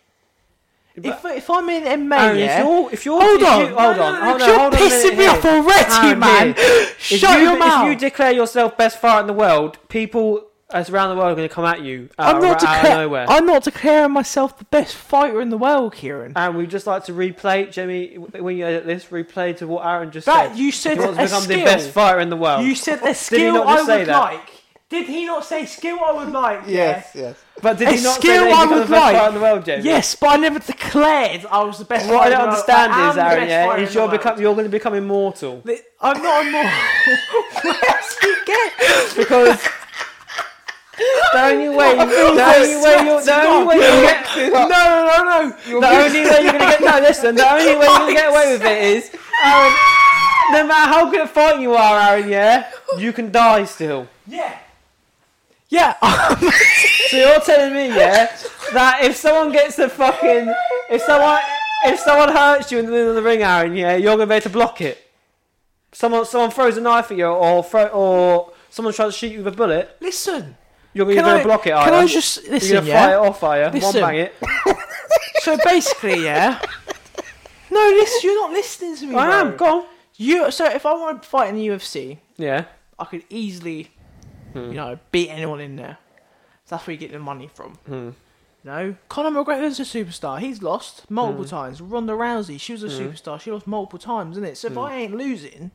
If, if I'm in MMA, Aaron, yeah. Oh, if you're if you're hold if on, you, hold No, on, no, no, hold on, you're hold on a pissing minute me here. off already, Aaron, man. here. If Shut you, your if mouth. you declare yourself best fighter in the world, people as around the world are going to come at you out, I'm out not of declaring. nowhere. I'm not declaring myself the best fighter in the world, Kieran. And we'd just like to replay, Jimmy, when you edit this, replay to what Aaron just That said. you said He wants a to become the skill. best fighter in the world. You said the he skill not just I say would that? like. Did he not say skill I would like? Yes, yes. but did a he not say skill that he I become would the best like. fighter in the world, Jamie? Yes, but I never declared I was the best. What I fighter in don't the world. understand I am is, the Aaron, best yeah, fighter is in the you're, world. become, you're going to become immortal. The- I'm not a moral. Where's he get? Because the only way, the only way, you're, the only way you get No, no, no, no. The only way you're gonna get no, listen. The only way you're gonna get away with it is, Aaron. No matter how good at fighting you are, Aaron, yeah, you can die still. Yeah. Yeah. So you're telling me, yeah, that if someone gets a fucking, if someone, if someone hurts you in the middle of the ring, Aaron, yeah, you're gonna be able to block it. Someone, someone throws a knife at you, or throw, or someone tries to shoot you with a bullet, Listen. you're, you're Can gonna I- block it, are Can I you? just you're listen? gonna fire Yeah. it off, are you? Listen. One bang it. So basically, yeah. No, listen. You're not listening to me. I am. bro. Go on. You. So if I want to fight in the UFC, Yeah. I could easily, Hmm. you know, beat anyone in there. So that's where you get the money from. Hmm. No, Conor McGregor's a superstar. He's lost multiple Hmm. times. Ronda Rousey, she was a superstar. She lost multiple times, isn't it? So if Hmm. I ain't losing,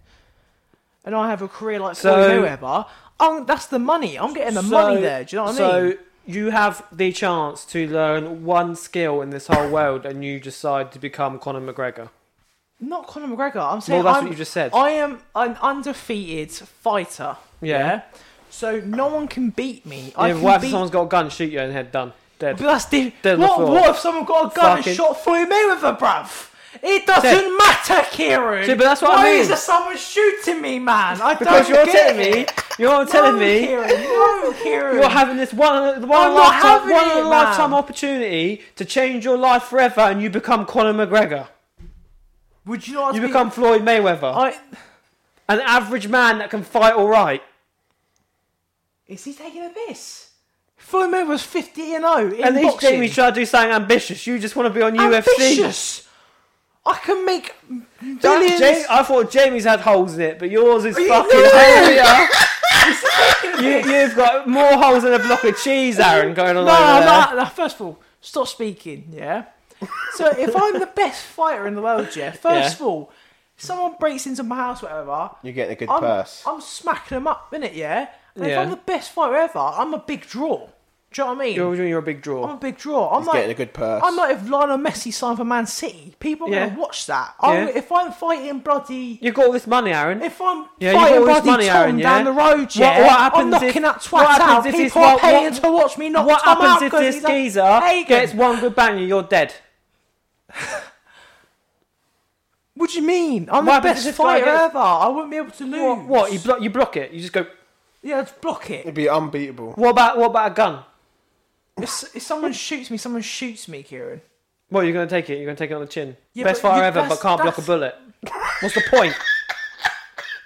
and I have a career like So- Floyd Mayweather, i that's the money. I'm getting the money there. Do you know what I mean? So you have the chance to learn one skill in this whole world, and you decide to become Conor McGregor. Not Conor McGregor. I'm saying Well, that's I'm, what you just said. I am an undefeated fighter. Yeah. So no one can beat me. I Yeah, can what if beat someone's got a gun, shoot you in the head, done, dead. But that's diff- Dead on the what, floor. what if someone got a gun Fucking- and shot Floyd Mayweather, bruv? It doesn't Dead. matter, Kieran. See, but that's what I Why mean. is there someone shooting me, man? I Because don't you're get telling me, it. you're telling no, me, Kieran, no, Kieran. you're having this one, one, not lifetime, having one it, in a lifetime man. opportunity to change your life forever, and you become Conor McGregor. Would you not? You be- become Floyd Mayweather, I, an average man that can fight all right. is he taking a piss? Floyd Mayweather's fifty and zero in And each boxing. day we try to do something ambitious. You just want to be on UFC. Ambitious. I can make billions. That- Jamie- I thought Jamie's had holes in it, but yours is you- fucking no. holier. you, you've got more holes than a block of cheese, Aaron, going on No, over there. no, no, first of all, stop speaking, yeah? So if I'm the best fighter in the world, yeah, first Yeah. of all, someone breaks into my house, whatever, You're getting a good I'm, purse. I'm smacking them up, innit, yeah? And Yeah. if I'm the best fighter ever, I'm a big draw. Do you know what I mean? You're, you're a big I'm draw. a big draw. I'm He's like, getting a good purse. I'm like if Lionel Messi signed for Man City, people are Yeah. gonna watch that. I'm, Yeah. If I'm fighting bloody, You've got all this money, Aaron. if I'm Yeah, you got fighting all this bloody money, Tom Aaron, yeah? down the road, What- yeah, what I'm happens if- knocking that what twat happens if out. People this- are what- paying what- to watch me knock what Tom out happens if 'cause this he's a geezer pagan. gets one good bang and you're dead? What do you mean? I'm Why, the because best if I fighter get- ever. I wouldn't be able to lose. What? what? You block? You block it? You just go. Yeah, let's block it. It'd be unbeatable. What about? What about a gun? If, s- if someone shoots me, someone shoots me, Kieran. Well, you're going to take it. You're going to take it on the chin. Yeah, Best but fighter you- ever, but that's- can't block a that's- bullet. What's the point?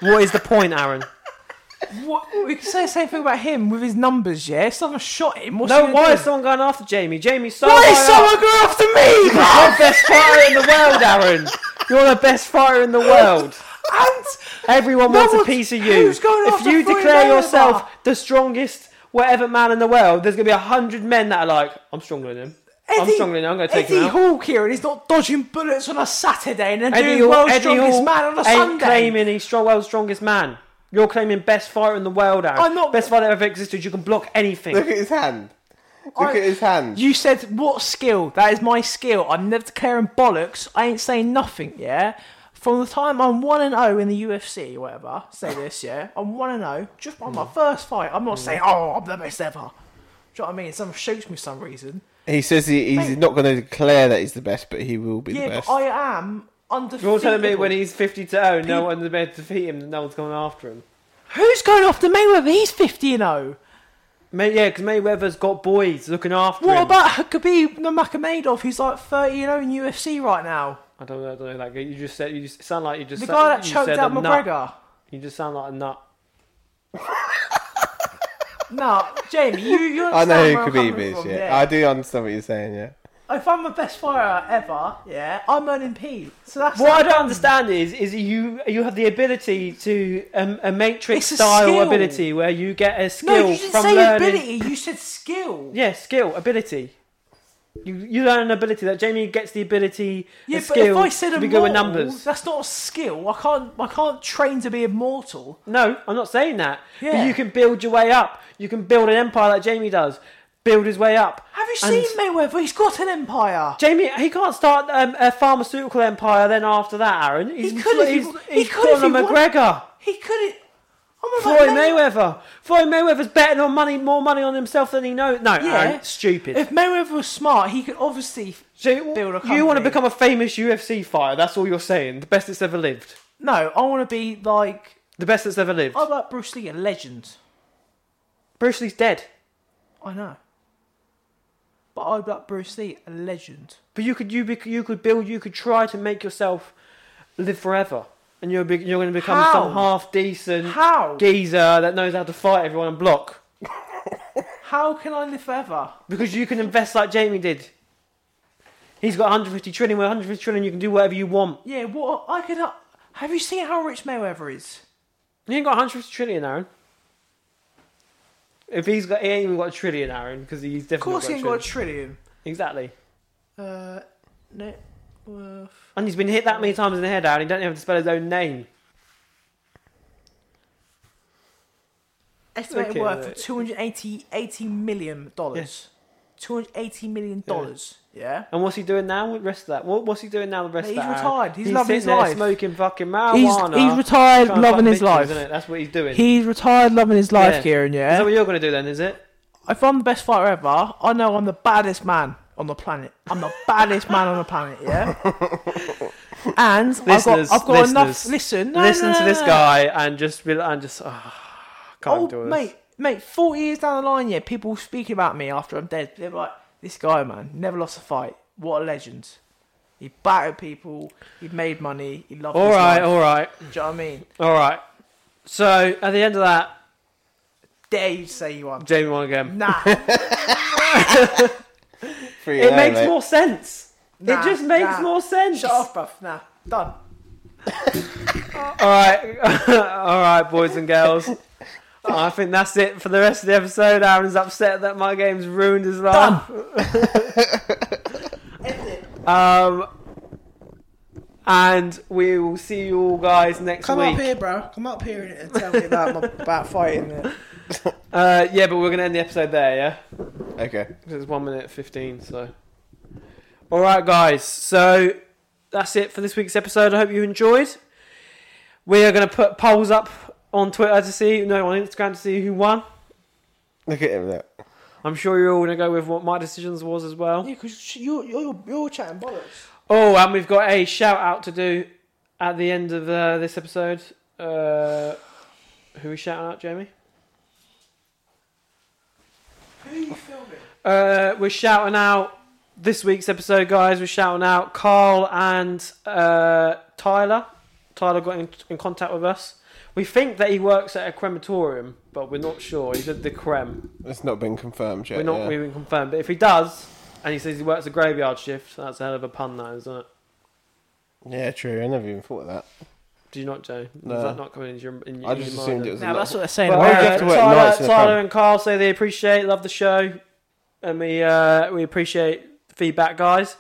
what is the point, Aaron? What? We can say the same thing about him with his numbers, yeah? If someone shot him, what's he No, gonna why do? is someone Oh, going after Jamie? Jamie's so Why is high up. someone going You're after me, man? the best fighter in the world, Aaron. You're the best fighter in the world. And Everyone No wants a one's- piece of you. who's going if after you Floyd declare Mayweather? yourself the strongest whatever man in the world, there's going to be a hundred men that are like, I'm stronger than him. I'm Eddie- stronger than him. I'm going to take Eddie him out. Hall, Kieran, he's not dodging bullets on a Saturday and then Eddie doing Hall, world's Eddie strongest Hall man on a ain't Sunday. claiming he's strong, world's strongest man. You're claiming best fighter in the world, Aaron. I'm not- Best fighter that ever existed. You can block anything. Look at his hand. Look I- at his hand. You said what skill? That is my skill. I'm never declaring bollocks. I ain't saying nothing. Yeah. From the time I'm one and zero in the UFC, or whatever. Say this, yeah. I'm one and zero just on my Mm. first fight. I'm not saying oh I'm the best ever. Do you know what I mean? Someone shoots me for some reason. He says he, he's Mate. not going to declare that he's the best, but he will be the Yeah, best. but I am undefeatable. You're telling me when he's 50 to 0, no one's going to defeat him, no one's going after him. Who's going after Mayweather? He's fifty and oh. zero. May, yeah, because Mayweather's got boys looking after What him. about Khabib Nurmagomedov? Who's like thirty and zero in UFC right now. I don't know, I don't know that guy. You just said you just sound like you just The said- guy that you choked said out a nut. McGregor. You just sound like a nut. No, Jamie, you you I understand know who where I'm Khabib coming is, from, yeah. I do understand what you're saying, yeah. If I'm the best fighter ever, yeah, I'm earning P. So that's What I don't understand is, is you you have the ability to um, a matrix It's a style skill. ability where you get a No, skill you didn't from say learning. ability. You said skill. Yeah, skill ability. You you learn an ability that Jamie gets the ability. Yeah, a but skill if I said to be immortal, good with numbers. that's not a skill. I can't. I can't train to be immortal. No, I'm not saying that. Yeah. But you can build your way up. You can build an empire like Jamie does. Build his way up. Have you And- seen Mayweather? He's got an empire. Jamie, he can't start um, a pharmaceutical empire. Then after that, Aaron, he's, He could if he- he's, he he's could if Conor he wanted. McGregor. He couldn't. I'm Floyd Mayweather. Floyd Mayweather's betting on money, more money on himself than he knows. No, Yeah. Aaron, stupid. If Mayweather was smart, he could obviously. so you- build a you want company. to become a famous UFC fighter? That's all you're saying. The best that's ever lived. No, I want to be like. The best that's ever lived. I like Bruce Lee, a legend. Bruce Lee's dead, I know. But I'd like Bruce Lee, a legend. but you could you bec you could build you could try to make yourself live forever, and you're be- you're going to become some How? half decent How? geezer that knows how to fight everyone and block How can I live forever? because you can invest like Jamie did. He's got 150 trillion. With 150 trillion, you can do whatever you want. Yeah, what I could. uh, Have you seen how rich Mayweather is? He ain't got 150 trillion, Aaron. If he's got, he ain't even got a trillion, Aaron, because he's Of definitely. course, he ain't got got a a trillion. trillion. Exactly. Uh, net worth. And he's been hit that many times in the head, Aaron. He don't even have to spell his own name. Estimated Okay, worth mate. of 280 80 million dollars. 280 million dollars. Yeah. And what's he doing now? with The rest of that. What, what's he doing now? with The rest He's of that. Aaron? retired. He's loving his sitting there life. Smoking fucking marijuana. retired, trying to fuck bitches, Isn't it? That's what he's doing. He's retired, loving his life, Yeah. Kieran. Is that Yeah. what you're gonna do then? Is it? If I'm the best fighter ever, I know I'm the baddest man on the planet. I'm the baddest man on the planet. Yeah. And I've got, Listeners, I've got enough. listeners, Listen, no, Listen no, to no, this no. guy and just be and just ah, can't Oh, do this. mate, mate, 40 years down the line, yeah, people speaking about me after I'm dead. They're like, this guy, man, never lost a fight. What a legend. He battered people, he made money, he loved All his right, life. all right, Do you know what I mean? all right. So at the end of that, Dare you say you are. Jamie won again. Nah. Three It and oh, makes mate. more sense. Nah, it just makes nah. more sense. Shut off, bruv. Nah. Done. All right, all right, boys and girls. I think that's it for the rest of the episode. Aaron's upset that my game's ruined his life. End it. Um, and we will see you all guys next Come week. up here, bro. Come up here and tell me about, my, about fighting there. Uh, yeah, but we're gonna end the episode there. Yeah. Okay. Because it's one minute fifteen, so. Alright guys, so that's it for this week's episode. I hope you enjoyed. We are gonna put polls up on Twitter to see no on Instagram to see who won. Look at him there. I'm sure you're all gonna go with what my decisions was as well. Yeah, because you're, you're, you're chatting bollocks. Oh, and we've got a shout out to do at the end of uh, this episode, uh, who we shouting out, Jamie? Who are you filming? Uh, we're shouting out this week's episode, guys. We're shouting out Carl and uh, Tyler. Tyler got in, in contact with us. We think that he works at a crematorium, but we're not sure. He's at the creme. It's not been confirmed yet. we're not yeah. even confirmed. But if he does, and he says he works a graveyard shift, that's a hell of a pun, that, isn't it? Yeah, true. I never even thought of that. Do you not, Joe? Is No. that not coming into your, in, I in just your assumed mind? it was No, a that's lot. what they're saying. But, Why Well, do you uh, have to work Tyler, nights in a Tyler pub? and Carl say they appreciate, love the show, and we uh, we appreciate feedback, guys.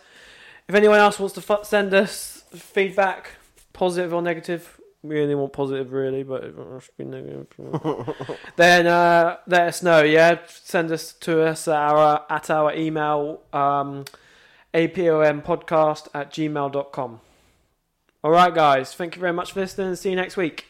If anyone else wants to f- send us feedback, positive or negative, we only want positive, really, but it should be negative. then uh, let us know. Yeah, send us to us at our at our email um, apompodcast at gmail.com. All right, guys. Thank you very much for listening. See you next week.